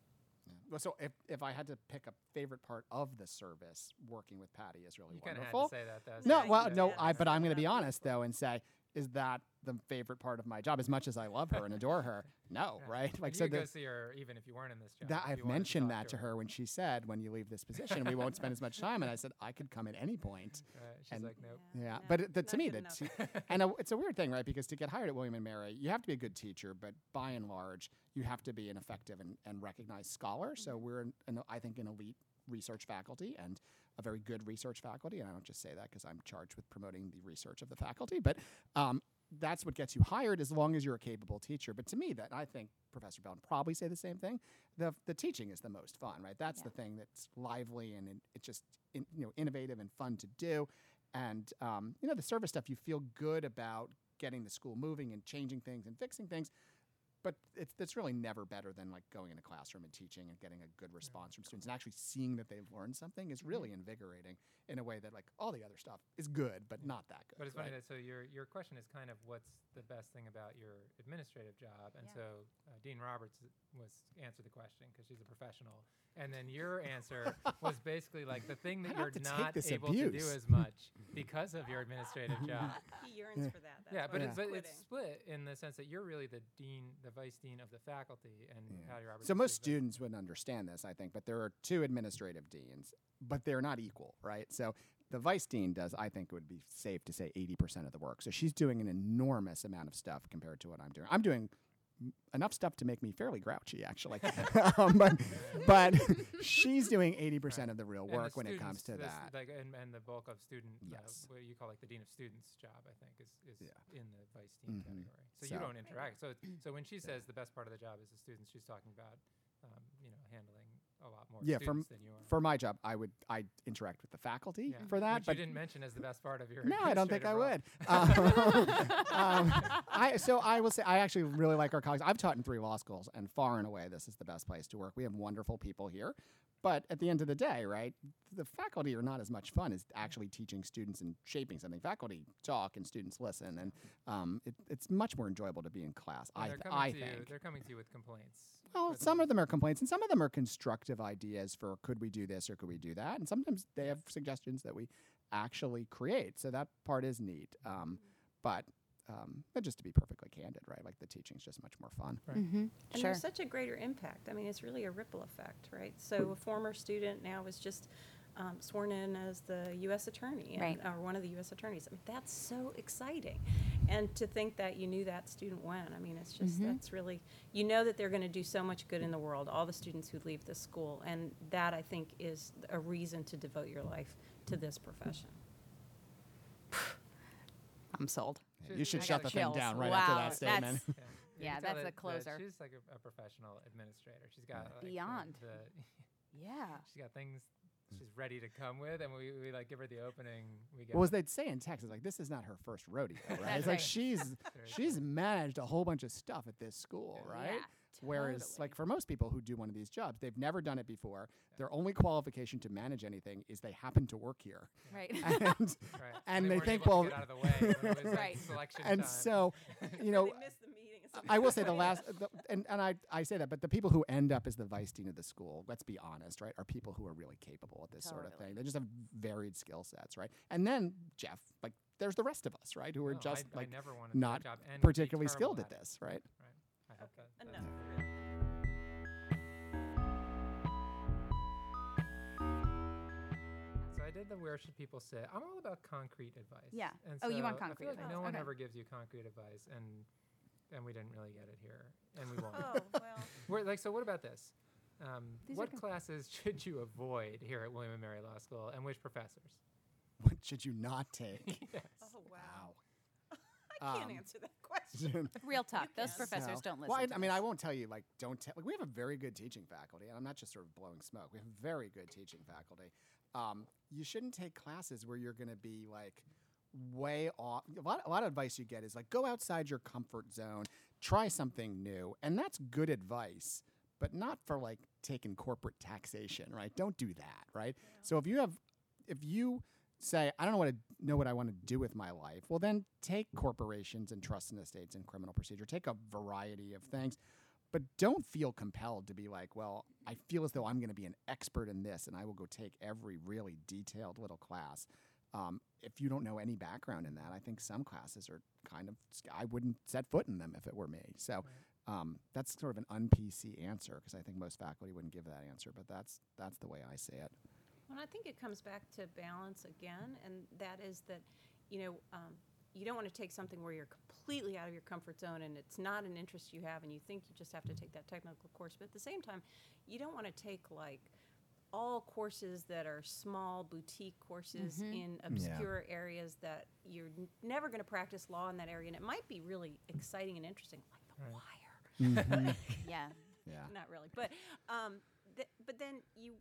Speaker 4: Well, so if, if I had to pick a favorite part of the service, working with Patty is really
Speaker 2: You kind of had
Speaker 4: wonderful.
Speaker 2: to say that, though.
Speaker 4: No,
Speaker 3: Right.
Speaker 4: well,
Speaker 3: Yeah.
Speaker 4: no,
Speaker 3: Yeah.
Speaker 4: I, but I'm going to be
Speaker 3: Yeah.
Speaker 4: honest though and say, is that the favorite part of my job? As much as I love her and adore her, no, right?
Speaker 2: Like,
Speaker 4: Like
Speaker 2: you
Speaker 4: so,
Speaker 2: could go
Speaker 4: the,
Speaker 2: see her even if you weren't in this job.
Speaker 4: that
Speaker 2: if you
Speaker 4: I've
Speaker 2: wanted
Speaker 4: mentioned
Speaker 2: talk
Speaker 4: that to her when she said, "When you leave this position, we won't spend as much time." And I said, "I could come at any point."
Speaker 2: Right, Uh, She's
Speaker 4: and-
Speaker 2: like, nope.
Speaker 4: Yeah,
Speaker 3: no,
Speaker 4: but it, that, to
Speaker 3: not
Speaker 4: me,
Speaker 3: good
Speaker 4: that's and I- it's a weird thing, right? Because to get hired at William and Mary, you have to be a good teacher, but by and large, you have to be an effective and, and recognized scholar. So
Speaker 3: Mm-hmm.
Speaker 4: we're, an, an, I think, an elite research faculty and a very good research faculty. And I don't just say that because I'm charged with promoting the research of the faculty, but um, that's what gets you hired as long as you're a capable teacher. But to me, that I think Professor Bell would probably say the same thing. The the teaching is the most fun, right? That's
Speaker 1: Yeah.
Speaker 4: the thing that's lively and in- it's just in, you know innovative and fun to do. And um, you know the service stuff, you feel good about getting the school moving and changing things and fixing things. But it's that's really never better than like going in a classroom and teaching and getting a good response from students and actually seeing that they've learned something
Speaker 2: Mm-hmm.
Speaker 4: is really invigorating in a way that like all the other stuff is good but not that good.
Speaker 2: But it's funny
Speaker 4: right?
Speaker 2: that so your your question is kind of what's the best thing about your administrative job, and
Speaker 3: Yeah.
Speaker 2: so uh, Dean Roberts was answered the question because she's a professional, and then your answer was basically like the thing that
Speaker 4: I'd have
Speaker 2: you're
Speaker 4: to take
Speaker 2: not
Speaker 4: this
Speaker 2: able to do
Speaker 4: abuse.
Speaker 2: as much because of your administrative job.
Speaker 3: he yearns for that that's
Speaker 2: yeah,
Speaker 3: why
Speaker 2: but,
Speaker 3: he's
Speaker 2: it, but
Speaker 3: quitting.
Speaker 2: it's split in the sense that you're really the dean, the vice dean of the faculty, and Patty Roberts.
Speaker 4: So
Speaker 2: is
Speaker 4: most
Speaker 2: the-
Speaker 4: students wouldn't understand this, I think, but there are two administrative deans, but they're not equal, right? So the vice dean does, I think it would be safe to say 80% of the work. So she's doing an enormous amount of stuff compared to what I'm doing. I'm doing m- enough stuff to make me fairly grouchy, actually. um, but, but she's doing 80% of the real
Speaker 2: And the
Speaker 4: work when it comes
Speaker 2: students-
Speaker 4: to
Speaker 2: the s-
Speaker 4: that.
Speaker 2: Like, and, and the bulk of student,
Speaker 4: Yes.
Speaker 2: uh, what you call like the dean of students job, I think, is, is
Speaker 4: Yeah.
Speaker 2: in the vice dean
Speaker 4: Mhm.
Speaker 2: category. So,
Speaker 4: So-
Speaker 2: you don't interact. So, it's, so when she says the best part of the job is the students, she's talking about, um, you know, handling a lot more
Speaker 4: Yeah, from-
Speaker 2: students than you are.
Speaker 4: For my job, I would I interact with the faculty
Speaker 2: Yeah.
Speaker 4: for that,
Speaker 2: Which
Speaker 4: but
Speaker 2: you didn't mention as the best part of your.
Speaker 4: No, I don't think I would.
Speaker 2: administrative
Speaker 4: Um, um, I, so I will say I actually really like our colleagues. I've taught in three law schools, and far and away, this is the best place to work. We have wonderful people here, but at the end of the day, right, the faculty are not as much fun as actually teaching students and shaping something. Faculty talk and students listen, and um, it, it's much more enjoyable to be in class.
Speaker 2: role.
Speaker 4: I,
Speaker 2: They're
Speaker 4: th-
Speaker 2: coming
Speaker 4: I
Speaker 2: to you-
Speaker 4: think.
Speaker 2: They're coming to you with complaints.
Speaker 4: Well,
Speaker 2: for the
Speaker 4: some of them are complaints, and some of them are constructive ideas for could we do this or could we do that, and sometimes they have suggestions that we actually create. So that part is neat, um,
Speaker 1: Mm-hmm.
Speaker 4: but um, but just to be perfectly candid, right? Like the teaching's just much more fun.
Speaker 3: And
Speaker 1: Sure.
Speaker 3: there's such a greater impact. I mean, it's really a ripple effect, right? So a former student now is just um, sworn in as the U.S. attorney, and,
Speaker 1: Right.
Speaker 3: or one of the U.S. attorneys. I mean, that's so exciting. And to think that you knew that student when, I mean, it's just
Speaker 1: Mm-hmm.
Speaker 3: that's really you know that they're going to do so much good in the world. All the students who leave this school, and that I think is a reason to devote your life to this profession.
Speaker 1: I'm sold.
Speaker 2: She-
Speaker 4: you should
Speaker 1: I
Speaker 4: shut the
Speaker 1: got
Speaker 4: thing
Speaker 1: chills.
Speaker 4: down right
Speaker 1: wow,
Speaker 4: after that statement.
Speaker 1: That's,
Speaker 2: Yeah, You
Speaker 1: Yeah,
Speaker 2: can
Speaker 1: that's
Speaker 2: tell
Speaker 1: a
Speaker 2: that- that
Speaker 1: closer.
Speaker 2: she's like a, a professional administrator. She's got like, the-
Speaker 1: Beyond.
Speaker 2: the-
Speaker 1: yeah.
Speaker 2: she's got things
Speaker 4: Mm.
Speaker 2: she's ready to come with, and we, we like give her the opening. We get
Speaker 4: Well, as they'd say in Texas, like this is not her first rodeo, right? it's like
Speaker 1: right.
Speaker 4: she's
Speaker 2: Very
Speaker 4: she's managed a whole bunch of stuff at this school, right?
Speaker 1: Yeah,
Speaker 4: Whereas,
Speaker 1: totally.
Speaker 4: like for most people who do one of these jobs, they've never done it before. Their only qualification to manage anything is they happen to work here,
Speaker 1: Right.
Speaker 4: and
Speaker 2: right.
Speaker 4: and they
Speaker 2: weren't
Speaker 4: think,
Speaker 2: able to
Speaker 4: well-
Speaker 2: get out of the way. when it was, like,
Speaker 1: Right.
Speaker 2: selection
Speaker 4: and
Speaker 2: time.
Speaker 4: so you know
Speaker 3: they missed the meeting.
Speaker 4: I will say the last, the, and, and I, I say that, but the people who end up as the vice dean of the school, let's be honest, right, are people who are really capable at this sort of
Speaker 1: Totally.
Speaker 4: thing. They just have varied skill sets, right? And then, Jeff, like, there's the rest of us, right, who are
Speaker 2: No, Oh, I-
Speaker 4: just
Speaker 2: I
Speaker 4: like
Speaker 2: never wanted to do a
Speaker 4: not
Speaker 2: job and would be
Speaker 4: particularly
Speaker 2: terrible
Speaker 4: skilled at
Speaker 2: it,
Speaker 4: this, right?
Speaker 2: Right. I hope that, that's
Speaker 3: Enough.
Speaker 2: it. So I did the where should people sit. I'm all about concrete advice.
Speaker 1: Yeah.
Speaker 2: And
Speaker 1: Oh, you want
Speaker 2: so I feel
Speaker 1: concrete
Speaker 2: like
Speaker 1: advice.
Speaker 2: No one
Speaker 1: Okay.
Speaker 2: ever gives you concrete advice, and and we didn't really get it here, and we won't.
Speaker 3: Oh well.
Speaker 2: We're like, so what about this? Um,
Speaker 1: These are
Speaker 2: what
Speaker 1: good.
Speaker 2: classes should you avoid here at William and Mary Law School, and which professors?
Speaker 4: What should you not take?
Speaker 3: Oh wow.
Speaker 4: Wow.
Speaker 3: I can't
Speaker 4: Um,
Speaker 3: answer that question.
Speaker 1: Real talk. Those
Speaker 3: can.
Speaker 1: professors
Speaker 4: So-
Speaker 1: don't listen.
Speaker 4: Well, I,
Speaker 1: to
Speaker 4: I mean,
Speaker 1: this.
Speaker 4: I won't tell you like don't tell. Like, we have a very good teaching faculty, and I'm not just sort of blowing smoke. We have very good teaching faculty. Um, you shouldn't take classes where you're going to be like way off. A lot, a lot of advice you get is like go outside your comfort zone, try something new, and that's good advice. But not for like taking corporate taxation, right? Don't do that, right? So if you have, if you say I don't know what to know what I want to do with my life, well then take corporations and trusts and estates and criminal procedure. Take a variety of things, but don't feel compelled to be like, well, I feel as though I'm going to be an expert in this, and I will go take every really detailed little class. Um, if you don't know any background in that, I think some classes are kind of I wouldn't set foot in them if it were me. So. Um, that's sort of an un-PC answer because I think most faculty wouldn't give that answer, but that's that's the way I say it.
Speaker 3: Well, I think it comes back to balance again, and that is that, you know, um, you don't want to take something where you're completely out of your comfort zone and it's not an interest you have, and you think you just have to take that technical course. But at the same time, you don't want to take like all courses that are small boutique courses in obscure areas that you're n- never going to practice law in that area, and it might be really exciting and interesting, like The Wire
Speaker 1: yeah.
Speaker 4: Yeah.
Speaker 3: not really but um th- but then you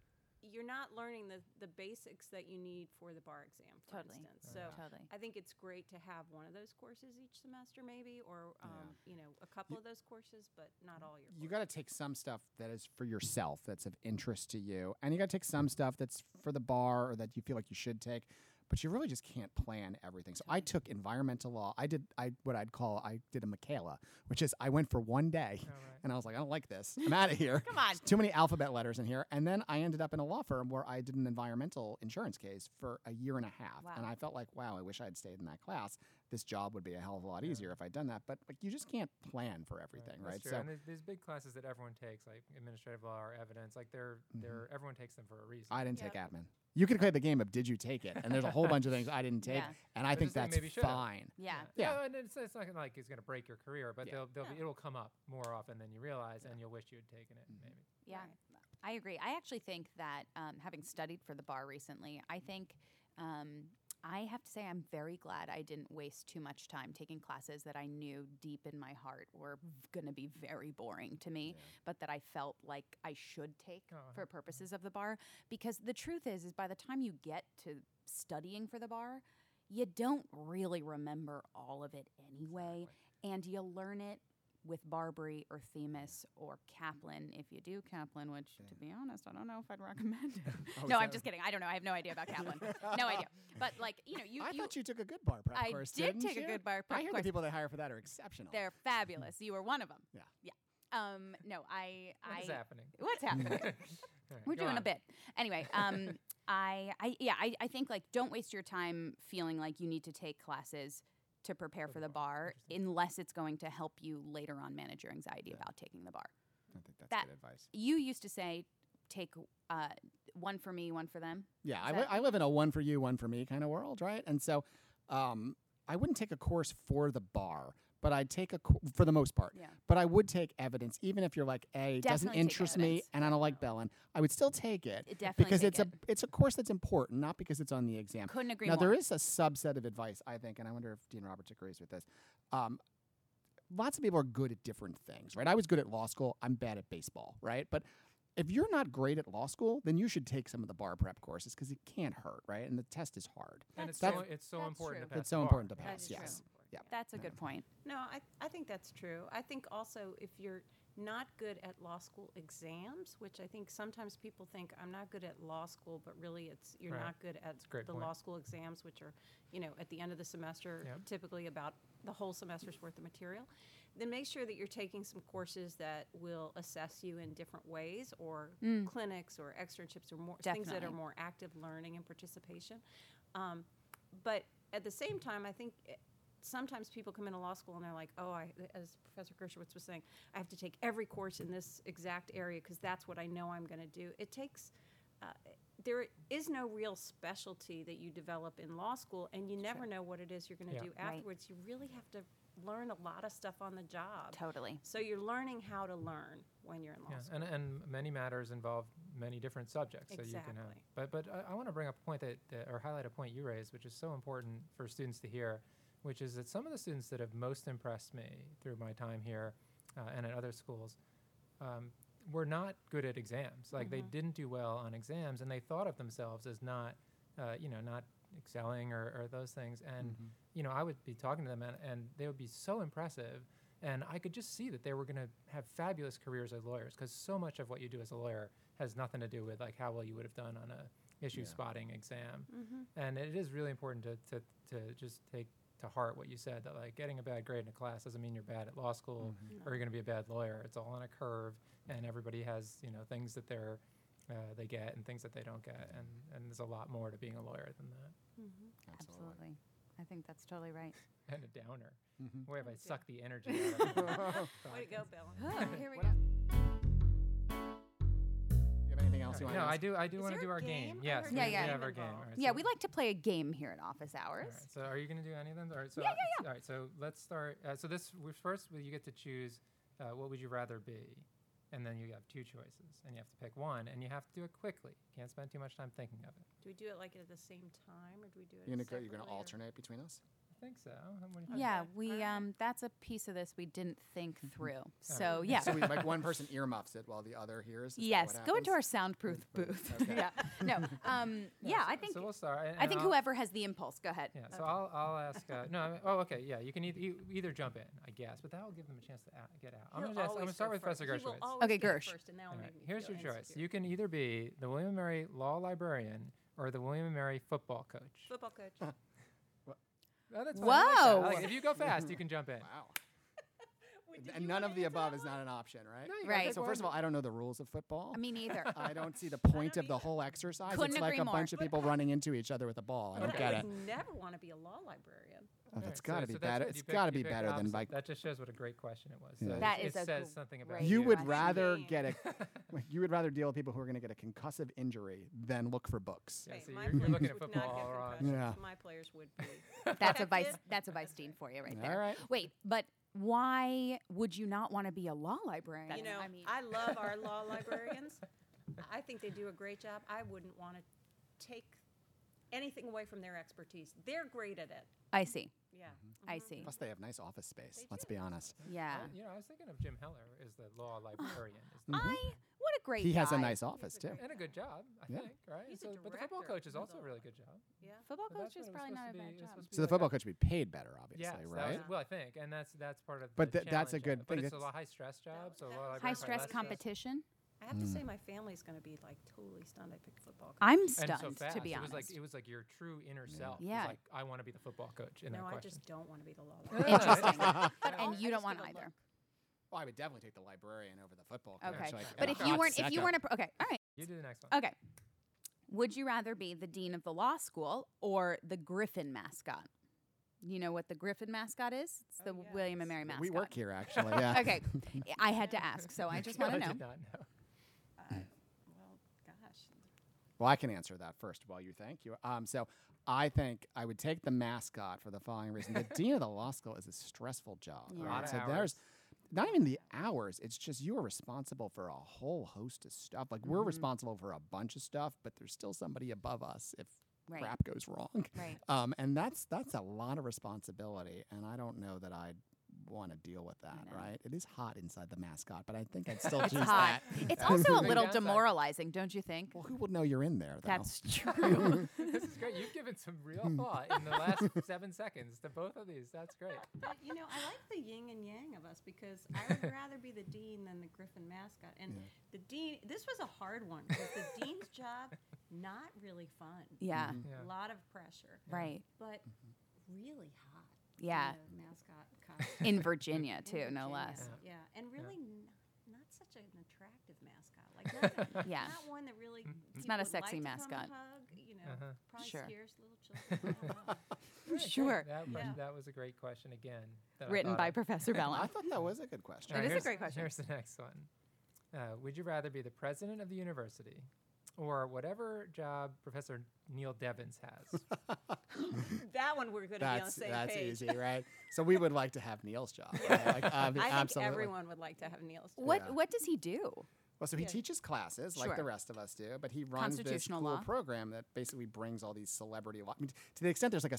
Speaker 3: you're not learning the the basics that you need for the bar exam for
Speaker 1: Totally.
Speaker 3: instance so
Speaker 1: Totally.
Speaker 3: i think it's great to have one of those courses each semester maybe or um, you know a couple of those courses but not all your
Speaker 4: you
Speaker 3: courses.
Speaker 4: got to take some stuff that is for yourself that's of interest to you and you got to take some stuff that's for the bar or that you feel like you should take but you really just can't plan everything so i took environmental law i did i what i'd call i did a michaela which is i went for one day
Speaker 2: right.
Speaker 4: and i was like i don't like this i'm out of here come
Speaker 1: on.
Speaker 4: too many alphabet letters in here and then i ended up in a law firm where i did an environmental insurance case for a year and a half and
Speaker 1: Wow.
Speaker 4: i felt like wow i wish i had stayed in that class this job would be a hell of a lot
Speaker 2: Yeah.
Speaker 4: easier if I'd done that. But like you just can't plan for everything,
Speaker 2: That's
Speaker 4: right?
Speaker 2: true. and there's, there's big classes that everyone takes, like administrative law or evidence. Like they're they're everyone takes them for a reason.
Speaker 4: Mm-hmm. I didn't
Speaker 3: Yeah.
Speaker 4: take admin. You could play the game of did you take it? And there's a whole bunch of things I didn't take,
Speaker 1: Yeah.
Speaker 4: and I
Speaker 2: Which
Speaker 4: think
Speaker 2: is like
Speaker 4: that's
Speaker 2: maybe should've.
Speaker 4: fine.
Speaker 1: Yeah.
Speaker 4: Yeah.
Speaker 2: No, and it's, it's not gonna, like it's going to break your career, but
Speaker 4: Yeah.
Speaker 2: they'll, they'll be,
Speaker 3: No.
Speaker 2: it'll come up more often than you realize, and you'll wish you had taken it.
Speaker 4: Mm-hmm.
Speaker 2: Maybe.
Speaker 1: Yeah,
Speaker 3: Right.
Speaker 1: I agree. I actually think that um, having studied for the bar recently, I think um, I have to say I'm very glad I didn't waste too much time taking classes that I knew deep in my heart were going to be very boring to me, but that I felt like I should take
Speaker 2: Oh,
Speaker 1: for purposes of the bar. Because the truth is, is by the time you get to studying for the bar, you don't really remember all of it anyway, and you learn it with Barbary or Themis or Kaplan if you do Kaplan, which to be honest, I don't know if I'd recommend it.
Speaker 4: Oh, is
Speaker 1: no, I'm
Speaker 4: that-
Speaker 1: just kidding. I don't know. I have no idea about Kaplan. no idea. But like, you know, you,
Speaker 4: I
Speaker 1: you
Speaker 4: thought you took a good bar prep
Speaker 1: I
Speaker 4: course.
Speaker 1: did
Speaker 4: didn't
Speaker 1: take a
Speaker 4: you?
Speaker 1: good bar
Speaker 4: I
Speaker 1: prep
Speaker 4: hear
Speaker 1: course.
Speaker 4: the people they hire for that are exceptional.
Speaker 1: they're fabulous. You were one of them.
Speaker 4: Yeah.
Speaker 1: Yeah. Um, no, I I
Speaker 2: What's happening?
Speaker 1: what's happening?
Speaker 2: All right,
Speaker 1: We're
Speaker 2: go
Speaker 1: doing a
Speaker 2: on.
Speaker 1: bit. Anyway, um, I, I, yeah, I, I think like don't waste your time feeling like you need to take classes to prepare for the bar unless it's going to help you later on manage your anxiety about taking the bar.
Speaker 4: I think that's
Speaker 1: That-
Speaker 4: good advice.
Speaker 1: You used to say take uh, one for me, one for them.
Speaker 4: Yeah, I,
Speaker 1: Is
Speaker 4: li-
Speaker 1: that-
Speaker 4: I live in a one for you, one for me kind of world, right? And so um, I wouldn't take a course for the bar, but I'd take a co- for the most part.
Speaker 1: Yeah.
Speaker 4: But I would take evidence, even if you're like, A, it doesn't
Speaker 1: Definitely take
Speaker 4: interest me
Speaker 1: evidence.
Speaker 4: and I don't like Bellin. I would still take it
Speaker 1: It definitely
Speaker 4: because
Speaker 1: take
Speaker 4: it's
Speaker 1: it.
Speaker 4: a it's a course that's important, not because it's on the exam.
Speaker 1: Couldn't agree
Speaker 4: now
Speaker 1: more.
Speaker 4: there is a subset of advice I think, and I wonder if Dean Roberts agrees with this. Um, lots of people are good at different things, right? I was good at law school. I'm bad at baseball, right? But if you're not great at law school, then you should take some of the bar prep courses because it can't hurt, right? And the test is hard.
Speaker 2: And
Speaker 1: That's
Speaker 2: it's
Speaker 1: true.
Speaker 2: so, it's so
Speaker 1: That's
Speaker 2: important to
Speaker 1: true.
Speaker 2: pass.
Speaker 4: it's so
Speaker 2: the
Speaker 4: important to
Speaker 2: bar.
Speaker 1: That
Speaker 4: pass.
Speaker 1: is
Speaker 4: Yes. Yeah.
Speaker 1: That's a good point.
Speaker 3: No, I, I think that's true. I think also if you're not good at law school exams, which I think sometimes people think I'm not good at law school, but really it's you're
Speaker 2: Right.
Speaker 3: not good at
Speaker 2: a great
Speaker 3: the
Speaker 2: point.
Speaker 3: law school exams, which are you know at the end of the semester,
Speaker 2: Yep.
Speaker 3: typically about the whole semester's worth of material. Then make sure that you're taking some courses that will assess you in different ways, or clinics, or externships, or more things that
Speaker 1: Definitely.
Speaker 3: are more active learning and participation. Um, but at the same time, I think it, sometimes people come into law school and they're like, oh, I, as Professor Gershowitz was saying, I have to take every course in this exact area because that's what I know I'm going to do. It takes, uh, there is no real specialty that you develop in law school, and you never know what it is you're going to
Speaker 2: Yeah.
Speaker 3: do
Speaker 1: Right.
Speaker 3: afterwards. You really have to learn a lot of stuff on the job.
Speaker 1: Totally.
Speaker 3: So you're learning how to learn when you're in law
Speaker 2: Yeah,
Speaker 3: school.
Speaker 2: and, and many matters involve many different subjects. So you can have,
Speaker 3: Exactly.
Speaker 2: but but I, I want to bring up a point that, that or highlight a point you raised, which is so important for students to hear, which is that some of the students that have most impressed me through my time here uh, and at other schools um, were not good at exams. Like
Speaker 3: Mm-hmm.
Speaker 2: they didn't do well on exams, and they thought of themselves as not, uh, you know, not excelling or, or those things. And
Speaker 4: Mm-hmm.
Speaker 2: you know, I would be talking to them, and, and they would be so impressive, and I could just see that they were going to have fabulous careers as lawyers because so much of what you do as a lawyer has nothing to do with like how well you would have done on a issue spotting exam.
Speaker 3: Mm-hmm,
Speaker 2: And it is really important to, to to just take to heart what you said that like getting a bad grade in a class doesn't mean you're bad at law school or you're going to be a bad lawyer. It's all on a curve, and everybody has you know things that they're uh, they get and things that they don't get, and and there's a lot more to being a lawyer than that.
Speaker 3: mm-hmm.
Speaker 1: Absolutely. I think that's totally right.
Speaker 2: And a downer.
Speaker 4: Mm-hmm.
Speaker 2: Where
Speaker 3: Oh,
Speaker 2: have I sucked the energy out of people?
Speaker 3: Way to go, Bill.
Speaker 1: here we
Speaker 4: What
Speaker 1: go.
Speaker 4: You have anything else you want
Speaker 2: No,
Speaker 4: to
Speaker 2: I do. I do
Speaker 3: Is
Speaker 2: want to
Speaker 3: there
Speaker 2: do
Speaker 3: a
Speaker 2: our game.
Speaker 3: game? I
Speaker 2: Yes,
Speaker 3: heard
Speaker 2: we-
Speaker 1: Yeah,
Speaker 2: we
Speaker 1: yeah.
Speaker 2: have our
Speaker 3: game
Speaker 2: game.
Speaker 3: involved.
Speaker 2: All right,
Speaker 1: Yeah,
Speaker 2: so-
Speaker 1: we like to play a game here at office hours.
Speaker 2: All right, so are you going to do any of them? All right, so yeah, yeah, All right, so let's start. Uh, so this we- first, well, you get to choose uh, what would you rather be, and then you have two choices, and you have to pick one, and you have to do it quickly. Can't spend too much time thinking of it.
Speaker 3: Do we do it like at the same time, or do we do it?
Speaker 4: You're gonna go,
Speaker 3: separately,
Speaker 4: you're gonna
Speaker 3: or-
Speaker 4: alternate between us.
Speaker 2: I think so. How- what do you think?
Speaker 1: Yeah,
Speaker 3: Okay.
Speaker 1: we
Speaker 3: All right.
Speaker 1: um that's a piece of this we didn't think through. So yeah.
Speaker 4: So we like one person earmuffs it while the other hears. Is that
Speaker 1: yes,
Speaker 4: what
Speaker 1: go into our
Speaker 4: happens?
Speaker 1: soundproof
Speaker 4: Booth,
Speaker 1: booth.
Speaker 4: okay.
Speaker 1: yeah. No. Um yeah,
Speaker 2: so,
Speaker 1: I think
Speaker 2: so. We'll start. and-
Speaker 1: I
Speaker 2: and
Speaker 1: think
Speaker 2: I'll-
Speaker 1: whoever has the impulse, go ahead.
Speaker 2: Yeah, so I'll, I'll ask. Uh, no, I mean, oh, okay. Yeah, you can either, e- either jump in, I guess, but that will give them a chance to a- get out. I'm
Speaker 3: He'll
Speaker 2: going to I'm
Speaker 3: always
Speaker 2: gonna start
Speaker 3: go
Speaker 2: with Professor
Speaker 3: first. He will
Speaker 2: Gershowitz.
Speaker 3: always
Speaker 1: Okay,
Speaker 3: go
Speaker 1: Gersh.
Speaker 3: first, and that'll
Speaker 2: All
Speaker 3: make
Speaker 2: right,
Speaker 3: me
Speaker 2: Here's
Speaker 3: feel
Speaker 2: your choice.
Speaker 3: insecure.
Speaker 2: You can either be the William and Mary law librarian or the William and Mary football coach.
Speaker 3: Football coach.
Speaker 2: Oh, that's fine. I like that. I
Speaker 1: Whoa.
Speaker 2: like- if you go fast, you can jump in.
Speaker 4: Wow.
Speaker 3: Wait, did
Speaker 4: And
Speaker 3: you
Speaker 4: none
Speaker 3: wanna
Speaker 4: of the
Speaker 3: answer
Speaker 4: above
Speaker 3: that
Speaker 4: is
Speaker 3: one?
Speaker 4: not an option, right?
Speaker 2: No, you
Speaker 1: Right.
Speaker 4: So first of all, I don't know the rules of football.
Speaker 1: Uh, Me neither.
Speaker 4: I don't see the point of the whole exercise.
Speaker 1: Couldn't
Speaker 4: it's like
Speaker 1: agree
Speaker 4: a
Speaker 1: more.
Speaker 4: bunch of people running into each other with a ball. I
Speaker 3: But
Speaker 4: don't get
Speaker 3: I
Speaker 4: it.
Speaker 3: would never want to be a law librarian.
Speaker 4: Oh,
Speaker 2: All
Speaker 4: that's
Speaker 2: right,
Speaker 4: got to
Speaker 2: so-
Speaker 4: be
Speaker 2: so that's good.
Speaker 4: better.
Speaker 2: You
Speaker 4: It's
Speaker 2: picked-
Speaker 4: got
Speaker 2: you
Speaker 4: to be
Speaker 2: picked
Speaker 4: better than
Speaker 2: opposite.
Speaker 4: like.
Speaker 2: That just shows what a great question it was.
Speaker 4: Yeah.
Speaker 2: So
Speaker 1: That
Speaker 2: it,
Speaker 1: is a
Speaker 2: it says something about
Speaker 1: great
Speaker 4: You would
Speaker 1: Thank
Speaker 4: rather
Speaker 3: you.
Speaker 4: get a, you would rather deal with people who are going to get a concussive injury than look for books.
Speaker 2: Yeah,
Speaker 3: Wait,
Speaker 2: so
Speaker 3: my
Speaker 2: you're- you're
Speaker 3: players
Speaker 2: looking at
Speaker 3: would not
Speaker 2: football
Speaker 3: get
Speaker 2: all wrong.
Speaker 3: concussions.
Speaker 4: Yeah.
Speaker 3: My players would be.
Speaker 1: That's a
Speaker 3: Protected.
Speaker 1: vice. That's a vice Dean for you right there.
Speaker 4: All right.
Speaker 1: Wait, but why would you not want to be a law librarian?
Speaker 3: You know,
Speaker 1: I mean,
Speaker 3: I love our law librarians. I think they do a great job. I wouldn't want to take anything away from their expertise. They're great at it.
Speaker 1: I see.
Speaker 3: Yeah.
Speaker 2: Mm-hmm.
Speaker 1: I
Speaker 3: Mhm.
Speaker 1: see.
Speaker 4: Plus, they have nice office space.
Speaker 3: They
Speaker 4: Let's
Speaker 3: do.
Speaker 4: be honest.
Speaker 1: Yeah.
Speaker 2: Oh, you know, I was thinking of Jim Heller as the law librarian, is
Speaker 4: Mm-hmm.
Speaker 2: the-
Speaker 1: I what a great
Speaker 4: He has a
Speaker 1: guy.
Speaker 4: nice office
Speaker 3: a
Speaker 4: too.
Speaker 2: and a good job, I
Speaker 4: Yeah.
Speaker 2: think, right?
Speaker 3: He's a
Speaker 2: so, but the football
Speaker 3: director
Speaker 2: coach is
Speaker 3: of
Speaker 2: also
Speaker 3: the
Speaker 2: a really good job.
Speaker 3: Yeah.
Speaker 1: football
Speaker 2: But
Speaker 1: coach
Speaker 2: that's what
Speaker 1: is
Speaker 2: it was
Speaker 1: probably
Speaker 2: supposed
Speaker 1: not
Speaker 2: to
Speaker 1: a
Speaker 2: be-
Speaker 1: bad
Speaker 2: it's
Speaker 1: job.
Speaker 2: supposed to be
Speaker 4: So the
Speaker 2: like
Speaker 4: football
Speaker 2: a-
Speaker 4: coach would be paid better, obviously,
Speaker 2: Yes, that was-
Speaker 4: right?
Speaker 3: Yeah.
Speaker 2: well, I think, and that's that's part of.
Speaker 4: But
Speaker 2: the
Speaker 4: tha-
Speaker 2: challenge
Speaker 4: that's a
Speaker 2: of
Speaker 4: good
Speaker 2: it. But
Speaker 4: thing,
Speaker 2: it's a
Speaker 4: that's-
Speaker 2: lo- high stress job,
Speaker 3: was-
Speaker 2: so
Speaker 3: that
Speaker 2: law library
Speaker 3: was-
Speaker 1: High
Speaker 3: High
Speaker 1: stress
Speaker 3: stress.
Speaker 1: competition.
Speaker 3: I have to
Speaker 4: Hmm.
Speaker 3: say, my family's going to be like totally stunned I picked football. coach.
Speaker 1: I'm
Speaker 2: And
Speaker 1: stunned
Speaker 2: so fast.
Speaker 1: to be honest.
Speaker 2: It was like it was like your true inner self. was
Speaker 1: Yeah.
Speaker 2: like I want to be the football coach in
Speaker 3: no,
Speaker 2: that
Speaker 3: I
Speaker 2: question.
Speaker 3: just don't want to be the law
Speaker 2: Yeah,
Speaker 3: librarian.
Speaker 1: Interesting.
Speaker 2: right?
Speaker 1: and you don't
Speaker 3: just
Speaker 1: want
Speaker 3: give a
Speaker 1: either.
Speaker 4: Well, I would definitely take the librarian over the football coach.
Speaker 1: Okay.
Speaker 4: like,
Speaker 1: But
Speaker 4: oh,
Speaker 1: if you
Speaker 4: God,
Speaker 1: weren't, if you
Speaker 4: Sacco.
Speaker 1: weren't, a, pro- okay, all right,
Speaker 2: You do the next one.
Speaker 1: okay. Would you rather be the dean of the law school or the Griffin mascot? You know what the Griffin mascot is? It's
Speaker 3: Oh,
Speaker 1: the William and Mary mascot.
Speaker 4: we work here actually, yeah.
Speaker 1: Okay, I had to ask, so I just want to
Speaker 2: I
Speaker 1: know.
Speaker 2: did not know.
Speaker 3: I- well, gosh.
Speaker 4: Well, I can answer that first of all. You thank you. Um, so I think I would take the mascot for the following reason: the dean of the law school is a stressful job.
Speaker 1: Yeah.
Speaker 4: right?
Speaker 2: Lot of
Speaker 4: so there's not even the hours; it's just you are responsible for a whole host of stuff. Like
Speaker 1: Mm-hmm.
Speaker 4: we're responsible for a bunch of stuff, but there's still somebody above us if
Speaker 1: Right.
Speaker 4: crap goes wrong.
Speaker 1: Right.
Speaker 4: Um, and that's that's a lot of responsibility, and I don't know that I'd want to deal with that.
Speaker 1: No.
Speaker 4: Right? It is hot inside the mascot, but I think I'd still choose
Speaker 1: Hot.
Speaker 4: that.
Speaker 1: It's also a
Speaker 2: Big
Speaker 1: little
Speaker 2: downside.
Speaker 1: demoralizing, don't you think?
Speaker 4: Well, Mm-hmm. who will know you're in there? Though?
Speaker 1: That's true.
Speaker 2: this is great. You've given some real thought in the last seven seconds to both of these. That's great.
Speaker 3: But, you know, I like the yin and yang of us because I would rather be the dean than the Griffin mascot. And the dean, this was a hard one because the dean's job, not really fun.
Speaker 1: yeah.
Speaker 2: Yeah.
Speaker 3: A lot of pressure,
Speaker 1: Right.
Speaker 3: but really hot. in
Speaker 1: Yeah.
Speaker 3: the mascot costume.
Speaker 1: In Virginia
Speaker 3: In
Speaker 1: too, no
Speaker 3: Virginia.
Speaker 1: less.
Speaker 3: Yeah, and really Not, not such an attractive mascot. Like not, a-
Speaker 1: Yeah.
Speaker 3: not one that really. people
Speaker 1: not a
Speaker 3: would like
Speaker 1: sexy
Speaker 3: to come and
Speaker 1: mascot.
Speaker 3: hug, you know,
Speaker 2: Uh-huh.
Speaker 3: probably
Speaker 1: Sure.
Speaker 3: scares little children. I don't know.
Speaker 2: Great, great.
Speaker 1: Sure.
Speaker 2: That, was-
Speaker 3: Yeah.
Speaker 2: that was a great question again. that I
Speaker 1: Written
Speaker 2: thought
Speaker 1: by
Speaker 2: of.
Speaker 1: Professor
Speaker 4: I
Speaker 1: Bellin.
Speaker 4: thought that was a good question.
Speaker 2: All
Speaker 1: It is a
Speaker 2: here's-
Speaker 1: great question.
Speaker 2: Here's the next one. Uh, would you rather be the president of the university or whatever job Professor Neil Devins has?
Speaker 3: that one we're going to be on the
Speaker 4: That's
Speaker 3: same
Speaker 4: that's
Speaker 3: page.
Speaker 4: easy, right? So we would like to have Neil's job. right? Like, ob-
Speaker 3: I
Speaker 4: absolutely.
Speaker 3: think everyone would like to have Neil's. job.
Speaker 1: What
Speaker 4: Yeah.
Speaker 1: What does he do?
Speaker 4: Well, so he
Speaker 3: Yeah.
Speaker 4: teaches classes like the
Speaker 1: Sure.
Speaker 4: rest of us do, but he runs this
Speaker 1: Constitutional
Speaker 4: cool
Speaker 1: law.
Speaker 4: program that basically brings all these celebrity law. I mean, to the extent there's like a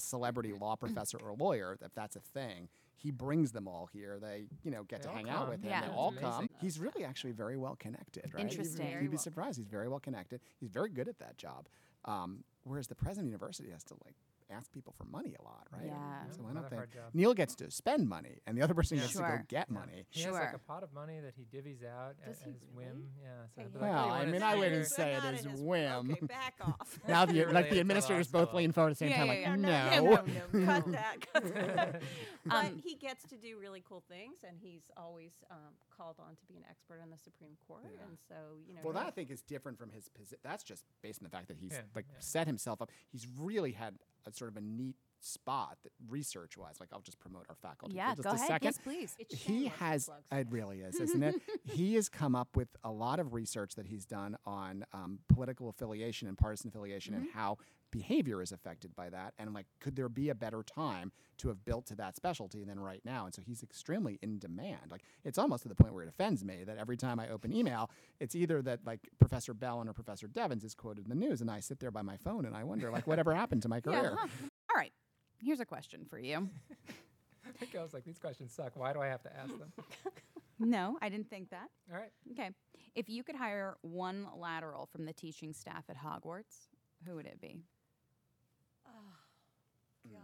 Speaker 4: celebrity law professor or lawyer, if that's a thing, he brings them all here. They, you know, get
Speaker 2: They
Speaker 4: to
Speaker 2: all
Speaker 4: hang out
Speaker 2: come.
Speaker 4: with him.
Speaker 1: Yeah.
Speaker 4: They
Speaker 1: That's
Speaker 4: all
Speaker 2: amazing.
Speaker 4: come. He's really actually very well connected, right? You'd-
Speaker 1: Interesting.
Speaker 4: You'd,
Speaker 1: Very
Speaker 4: be
Speaker 3: well-
Speaker 4: surprised. He's very well connected. He's very good at that job. Um, whereas the president of the university has to like ask people for money a lot, right?
Speaker 1: Yeah.
Speaker 4: So I
Speaker 2: Another
Speaker 4: don't think
Speaker 2: hard job.
Speaker 4: Neil gets to spend money, and the other person
Speaker 2: Yeah.
Speaker 4: gets to go
Speaker 1: Sure.
Speaker 4: get money.
Speaker 2: He has like
Speaker 1: Sure.
Speaker 2: a pot of money that he divvies out at
Speaker 1: Does he
Speaker 2: his
Speaker 1: really?
Speaker 2: whim. Yeah. So
Speaker 3: Hey,
Speaker 2: I'd be
Speaker 3: you
Speaker 2: like,
Speaker 4: Well,
Speaker 2: "Oh, you
Speaker 4: I
Speaker 2: wanna
Speaker 4: mean,
Speaker 2: see
Speaker 4: I
Speaker 2: your-
Speaker 4: wouldn't
Speaker 3: You're
Speaker 4: say it
Speaker 3: not
Speaker 4: is
Speaker 3: in his-
Speaker 4: whim.
Speaker 3: Okay, back off.
Speaker 4: Now the
Speaker 2: You're
Speaker 4: like
Speaker 2: related
Speaker 4: the
Speaker 2: to
Speaker 4: administrators
Speaker 2: Laszlo.
Speaker 4: both lean forward at the same
Speaker 1: Yeah,
Speaker 4: time,
Speaker 1: yeah,
Speaker 4: like
Speaker 1: yeah.
Speaker 4: no.
Speaker 3: no, no, cut that. Cut that. but
Speaker 1: Um,
Speaker 3: he gets to do really cool things, and he's always um, called on to be an expert on the Supreme Court.
Speaker 4: Yeah.
Speaker 3: And so, you know,
Speaker 4: Well, that I
Speaker 3: really-
Speaker 4: think is different from his position. That's just based on the fact that he's
Speaker 2: Yeah,
Speaker 4: like
Speaker 2: yeah.
Speaker 4: set himself up. He's really had a sort of a neat spot that research wise. Like I'll just promote our faculty.
Speaker 1: Yeah,
Speaker 4: for just
Speaker 1: go
Speaker 4: a
Speaker 1: ahead.
Speaker 4: second.
Speaker 1: Yes, please.
Speaker 3: it's
Speaker 4: he
Speaker 3: shameless,
Speaker 4: has
Speaker 3: plugs.
Speaker 4: it really is isn't it he has come up with a lot of research that he's done on um, political affiliation and partisan affiliation
Speaker 1: Mm-hmm.
Speaker 4: and how behavior is affected by that and like could there be a better time to have built to that specialty than right now and so he's extremely in demand like it's almost to the point where it offends me that every time i open email it's either that like professor bellin or professor devins is quoted in the news and i sit there by my phone and i wonder like whatever happened to my
Speaker 1: Yeah.
Speaker 4: career
Speaker 1: huh. All right. Here's a question for you.
Speaker 2: I was like, these questions suck. Why do I have to ask them?
Speaker 1: No, I didn't think that.
Speaker 2: All right.
Speaker 1: Okay. If you could hire one lateral from the teaching staff at Hogwarts, who would it be?
Speaker 3: Gosh.
Speaker 4: Mm.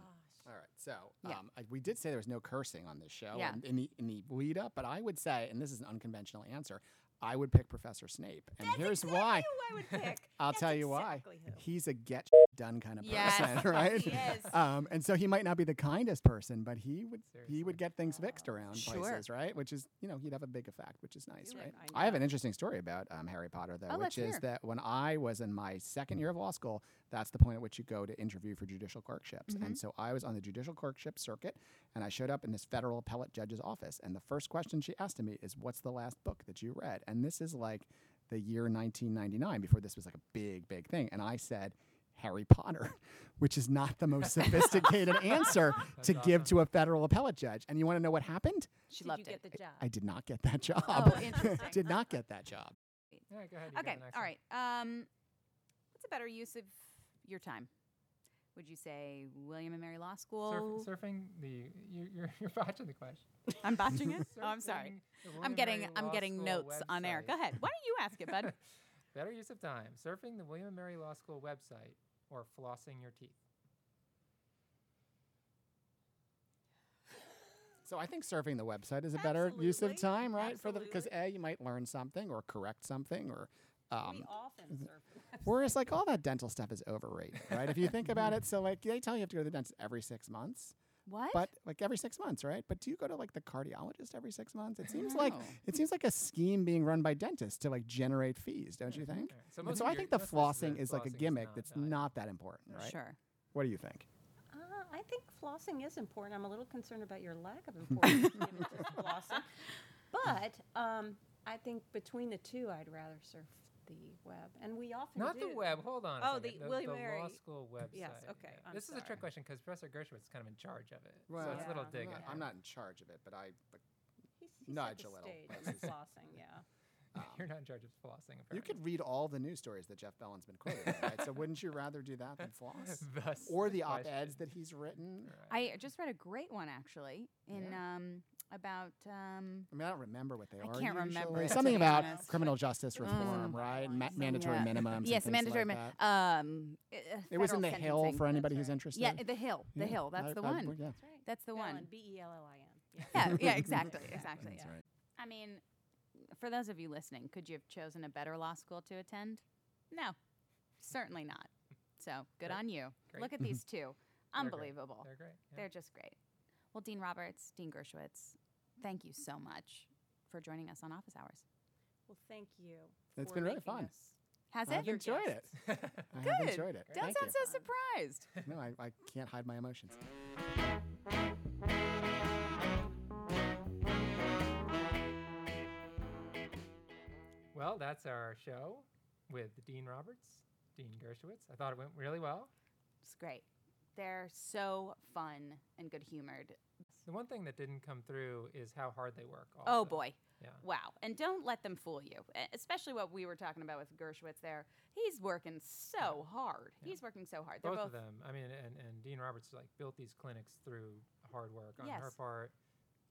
Speaker 4: All right, so um,
Speaker 1: Yeah.
Speaker 4: I, we did say there was no cursing on this show
Speaker 1: Yeah.
Speaker 4: um, in the in the lead up, but I would say, and this is an unconventional answer, I would pick Professor Snape, and
Speaker 3: That's
Speaker 4: here's
Speaker 3: exactly
Speaker 4: why.
Speaker 3: who I would pick.
Speaker 4: I'll
Speaker 3: That's
Speaker 4: tell you
Speaker 3: exactly
Speaker 4: why.
Speaker 3: who.
Speaker 4: He's a get done kind of
Speaker 1: Yes,
Speaker 4: person, right?
Speaker 1: he is.
Speaker 4: Um, and so he might not be the kindest person, but he would he
Speaker 2: Seriously.
Speaker 4: would get things fixed around
Speaker 1: Sure.
Speaker 4: places, right? Which is you know he'd have a big effect, which is nice,
Speaker 3: You're
Speaker 4: right?
Speaker 3: like,
Speaker 4: I, have an
Speaker 3: know.
Speaker 4: interesting story about um, Harry Potter though,
Speaker 1: Oh,
Speaker 4: which
Speaker 1: let's
Speaker 4: is
Speaker 1: hear.
Speaker 4: that when I was in my second year of law school, that's the point at which you go to interview for judicial clerkships. And so I was on the judicial clerkship circuit, and I showed up in this federal appellate judge's office, and the first question she asked to me is, "What's the last book that you read?" And this is like the year 1999 before this was like a big big thing and i said harry potter which is not the most sophisticated answer to
Speaker 2: That's
Speaker 4: give
Speaker 2: awesome.
Speaker 4: to a federal appellate judge and you want to know what happened
Speaker 1: She
Speaker 3: Did
Speaker 1: loved
Speaker 3: you
Speaker 1: it.
Speaker 3: get the job?
Speaker 4: i did not get that job
Speaker 1: Oh, interesting.
Speaker 4: did not get that job
Speaker 2: Yeah, go ahead. you got
Speaker 1: Okay.
Speaker 2: the next
Speaker 1: All
Speaker 2: one.
Speaker 1: right. Um, what's a better use of your time? Would you say William and Mary Law School?
Speaker 2: Surf, surfing the you, you're you're botching the question.
Speaker 1: I'm botching it. oh, I'm sorry.
Speaker 2: Surfing the
Speaker 1: I'm
Speaker 2: William
Speaker 1: getting
Speaker 2: Mary
Speaker 1: I'm
Speaker 2: Law
Speaker 1: getting
Speaker 2: School
Speaker 1: notes on air.
Speaker 2: website.
Speaker 1: Go ahead. Why don't you ask it, bud?
Speaker 2: Better use of time: surfing the William and Mary Law School website or flossing your teeth.
Speaker 4: so i think surfing the website is a better use of
Speaker 3: Absolutely.
Speaker 4: time right for the because
Speaker 3: Absolutely.
Speaker 4: a you might learn something or correct something or
Speaker 3: we
Speaker 4: um,
Speaker 3: often surf.
Speaker 4: whereas like all that dental stuff is overrated right if you think about it so like they tell you you have to go to the dentist every six months
Speaker 1: What?
Speaker 4: but like every six months, right? But do you go to like the cardiologist every six months? It seems like
Speaker 1: know.
Speaker 4: it seems like a scheme being run by dentists to like generate fees, don't
Speaker 3: Mm-hmm.
Speaker 4: you think?
Speaker 2: All right,
Speaker 4: And
Speaker 2: most
Speaker 4: so
Speaker 2: of
Speaker 4: I
Speaker 2: your-
Speaker 4: think the
Speaker 2: most places
Speaker 4: flossing
Speaker 2: the
Speaker 4: is like a
Speaker 2: flossing
Speaker 4: gimmick that's
Speaker 2: valuable.
Speaker 4: not that important, right?
Speaker 1: Sure.
Speaker 4: What do you think?
Speaker 3: Uh, I think flossing is important. I'm a little concerned about your lack of importance in just flossing. But um, I think between the two, I'd rather surf the web. And we often
Speaker 2: Not
Speaker 3: do.
Speaker 2: the web. Hold on. a
Speaker 3: Oh,
Speaker 2: second.
Speaker 3: the William
Speaker 2: the law
Speaker 3: Mary-
Speaker 2: school website.
Speaker 3: Yes, okay, I'm
Speaker 2: this is a
Speaker 3: sorry.
Speaker 2: trick question because Professor Gershowitz is kind of in charge of it.
Speaker 4: Well,
Speaker 2: so it's a little
Speaker 3: Yeah.
Speaker 2: dig. at
Speaker 4: I'm, not,
Speaker 2: it.
Speaker 4: I'm not in charge of it, but I. But
Speaker 3: He's, he's
Speaker 4: Nudge
Speaker 3: set the
Speaker 4: a little.
Speaker 3: stage
Speaker 4: That's
Speaker 3: on
Speaker 4: his-
Speaker 3: flossing, yeah.
Speaker 2: You're not in charge of flossing. Apparently.
Speaker 4: you could read all the news stories that Jeff Bellin's been quoted, in, right? So wouldn't you rather do that than floss?
Speaker 2: Thus
Speaker 4: Or the op
Speaker 2: question.
Speaker 4: eds that he's written?
Speaker 2: All right.
Speaker 1: I just read a great one actually in um about um
Speaker 4: I mean, I don't remember what they
Speaker 1: I
Speaker 4: are.
Speaker 1: can't remember
Speaker 4: usually.
Speaker 1: it, to
Speaker 4: Something
Speaker 1: be
Speaker 4: about
Speaker 1: honest.
Speaker 4: criminal justice reform, right? Ma- mandatory
Speaker 1: Yeah.
Speaker 4: minimums.
Speaker 1: yes,
Speaker 4: and things
Speaker 1: mandatory
Speaker 4: Like
Speaker 1: min-
Speaker 4: that.
Speaker 1: um uh,
Speaker 4: It was in
Speaker 1: federal
Speaker 4: the Hill
Speaker 1: sentencing.
Speaker 4: for anybody
Speaker 3: That's
Speaker 4: who's
Speaker 3: right.
Speaker 4: interested.
Speaker 1: Yeah, the Hill. The
Speaker 4: Yeah,
Speaker 1: Hill. That's
Speaker 4: I-
Speaker 1: the
Speaker 4: I-
Speaker 1: one.
Speaker 4: yeah.
Speaker 3: That's right.
Speaker 1: That's the one.
Speaker 3: B E L L I N.
Speaker 1: Yeah, yeah, exactly. Exactly.
Speaker 4: That's
Speaker 3: Yeah.
Speaker 4: right.
Speaker 1: I mean, for those of you listening, could you have chosen a better law school to attend? No, certainly not. So good
Speaker 2: Great.
Speaker 1: on you.
Speaker 2: Great.
Speaker 1: Look at these two.
Speaker 2: They're great.
Speaker 1: Unbelievable. They're,
Speaker 2: They're great. yeah.
Speaker 1: just great. Well, Dean Roberts, Dean Gershowitz, thank you so much for joining us on Office Hours.
Speaker 3: Well, thank you.
Speaker 4: It's
Speaker 3: for
Speaker 4: been really
Speaker 3: making
Speaker 4: fun.
Speaker 3: us-
Speaker 1: Has
Speaker 4: I've
Speaker 1: it?
Speaker 4: enjoyed it. I have
Speaker 1: Good.
Speaker 4: enjoyed it.
Speaker 1: Don't
Speaker 4: Thank
Speaker 1: sound so surprised.
Speaker 4: you. No, I, I can't hide my emotions.
Speaker 2: Well, that's our show with Dean Roberts, Dean Gershowitz. I thought it went really well.
Speaker 1: It's great. They're so fun and good humored.
Speaker 2: The one thing that didn't come through is how hard they work.
Speaker 1: Oh
Speaker 2: also.
Speaker 1: boy.
Speaker 2: Yeah.
Speaker 1: Wow. And don't let them fool you, e- especially what we were talking about with Gershwitz there. He's working so hard. He's working so hard. They're
Speaker 2: both,
Speaker 1: both,
Speaker 2: of them. I mean, and, and Dean Roberts like built these clinics through hard work on her
Speaker 1: Yes.
Speaker 2: part.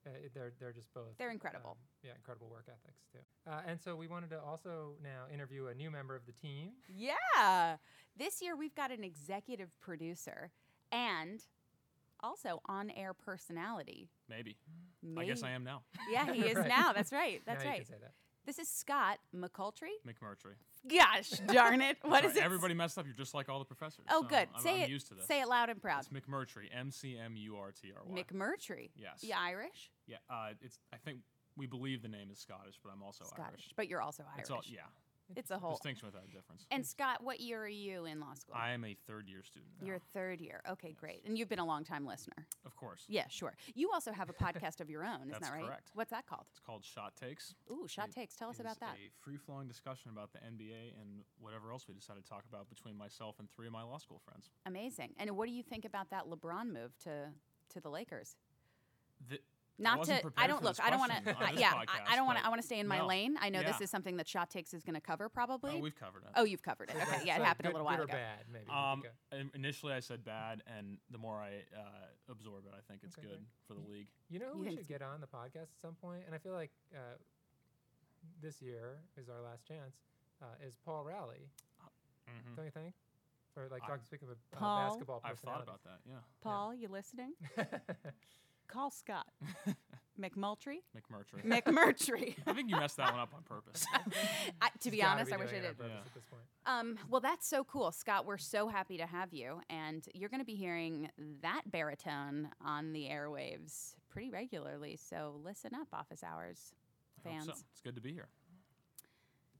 Speaker 2: Uh, it- they're they're just both.
Speaker 1: They're incredible.
Speaker 2: um, yeah, incredible work ethics too. Uh, and so we wanted to also now interview a new member of the team.
Speaker 1: Yeah. This year we've got an executive producer and also on air personality.
Speaker 5: Maybe. Oh, I guess I am now.
Speaker 1: Yeah, he is
Speaker 2: Right.
Speaker 1: now. That's right. That's
Speaker 2: now You
Speaker 1: right.
Speaker 2: can say that.
Speaker 1: This is Scott McCultry.
Speaker 5: McMurtry.
Speaker 1: Gosh darn it. What
Speaker 5: Sorry,
Speaker 1: is it?
Speaker 5: Everybody messed up. You're just like all the professors.
Speaker 1: Oh,
Speaker 5: so
Speaker 1: good.
Speaker 5: I'm,
Speaker 1: say
Speaker 5: I'm
Speaker 1: it.
Speaker 5: used to this.
Speaker 1: Say it loud and proud.
Speaker 5: It's McMurtry. M C M U R T R Y.
Speaker 1: McMurtry.
Speaker 5: Yes.
Speaker 1: You Irish?
Speaker 5: Yeah. Uh, it's. I think we believe the name is Scottish, but I'm also
Speaker 1: Scottish.
Speaker 5: Irish.
Speaker 1: But you're also Irish.
Speaker 5: It's all. Yeah.
Speaker 1: It's a whole.
Speaker 5: Distinction without a difference.
Speaker 1: And Scott, what year are you in law school?
Speaker 5: I Oh. am a third year student. now,
Speaker 1: Your third year. Okay, great. And you've been a long time listener.
Speaker 5: of course.
Speaker 1: Yeah, sure. You also have a podcast of your own, isn't
Speaker 5: That's
Speaker 1: that right?
Speaker 5: correct.
Speaker 1: What's that called?
Speaker 5: It's called Shot Takes.
Speaker 1: Ooh, shot
Speaker 5: It
Speaker 1: takes. Tell us
Speaker 5: is
Speaker 1: about that.
Speaker 5: A free flowing discussion about the NBA and whatever else we decided to talk about between myself and three of my law school friends.
Speaker 1: Amazing. And what do you think about that LeBron move to to the Lakers?
Speaker 5: The,
Speaker 1: Not
Speaker 5: wasn't
Speaker 1: to. I
Speaker 5: prepared
Speaker 1: don't
Speaker 5: for
Speaker 1: look.
Speaker 5: this
Speaker 1: I don't want
Speaker 5: question
Speaker 1: to.
Speaker 5: on this
Speaker 1: Yeah,
Speaker 5: podcast,
Speaker 1: I, I don't want to.
Speaker 5: but-
Speaker 1: I want to stay in my
Speaker 5: No.
Speaker 1: lane. I know this
Speaker 5: Yeah.
Speaker 1: is something that shot takes is going to cover probably.
Speaker 5: Oh, we've covered it.
Speaker 1: oh, you've covered it. Okay, yeah, it
Speaker 2: So
Speaker 1: happened a
Speaker 2: good-
Speaker 1: little while
Speaker 2: good
Speaker 1: ago.
Speaker 2: Or bad, maybe. we could
Speaker 5: Um,
Speaker 2: go.
Speaker 5: in- initially, I said bad, and the more I uh, absorb it, I think it's
Speaker 2: Okay,
Speaker 5: good for the league.
Speaker 2: You know,
Speaker 1: You
Speaker 2: who we
Speaker 1: think
Speaker 2: should
Speaker 1: so?
Speaker 2: get on the podcast at some point, and I feel like uh, this year is our last chance. Uh, is Paul Rowley?
Speaker 5: Mhm.
Speaker 2: Don't you think? Or like
Speaker 5: I-
Speaker 2: talk, speaking of uh,
Speaker 1: Paul?
Speaker 2: basketball
Speaker 5: I've thought
Speaker 2: personalities.
Speaker 5: about that. Yeah.
Speaker 1: Paul, you listening? Call Scott. McMultry?
Speaker 5: McMurtry.
Speaker 1: McMurtry.
Speaker 5: I think you messed that one up on purpose.
Speaker 1: I, to be
Speaker 2: Gotta
Speaker 1: honest, I
Speaker 2: doing
Speaker 1: wish I
Speaker 2: it on
Speaker 1: did.
Speaker 2: purpose
Speaker 5: Yeah.
Speaker 2: At this point.
Speaker 1: Um, well, that's so cool, Scott. We're so happy to have you, and you're going to be hearing that baritone on the airwaves pretty regularly. So listen up, office hours
Speaker 5: I hope
Speaker 1: fans.
Speaker 5: so. It's good to be here.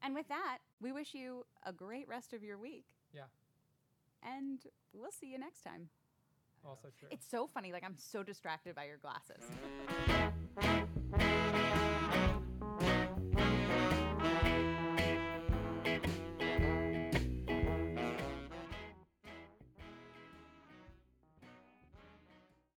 Speaker 1: And with that, we wish you a great rest of your week.
Speaker 2: Yeah.
Speaker 1: And we'll see you next time.
Speaker 2: Also true.
Speaker 1: It's so funny. Like I'm so distracted by your glasses.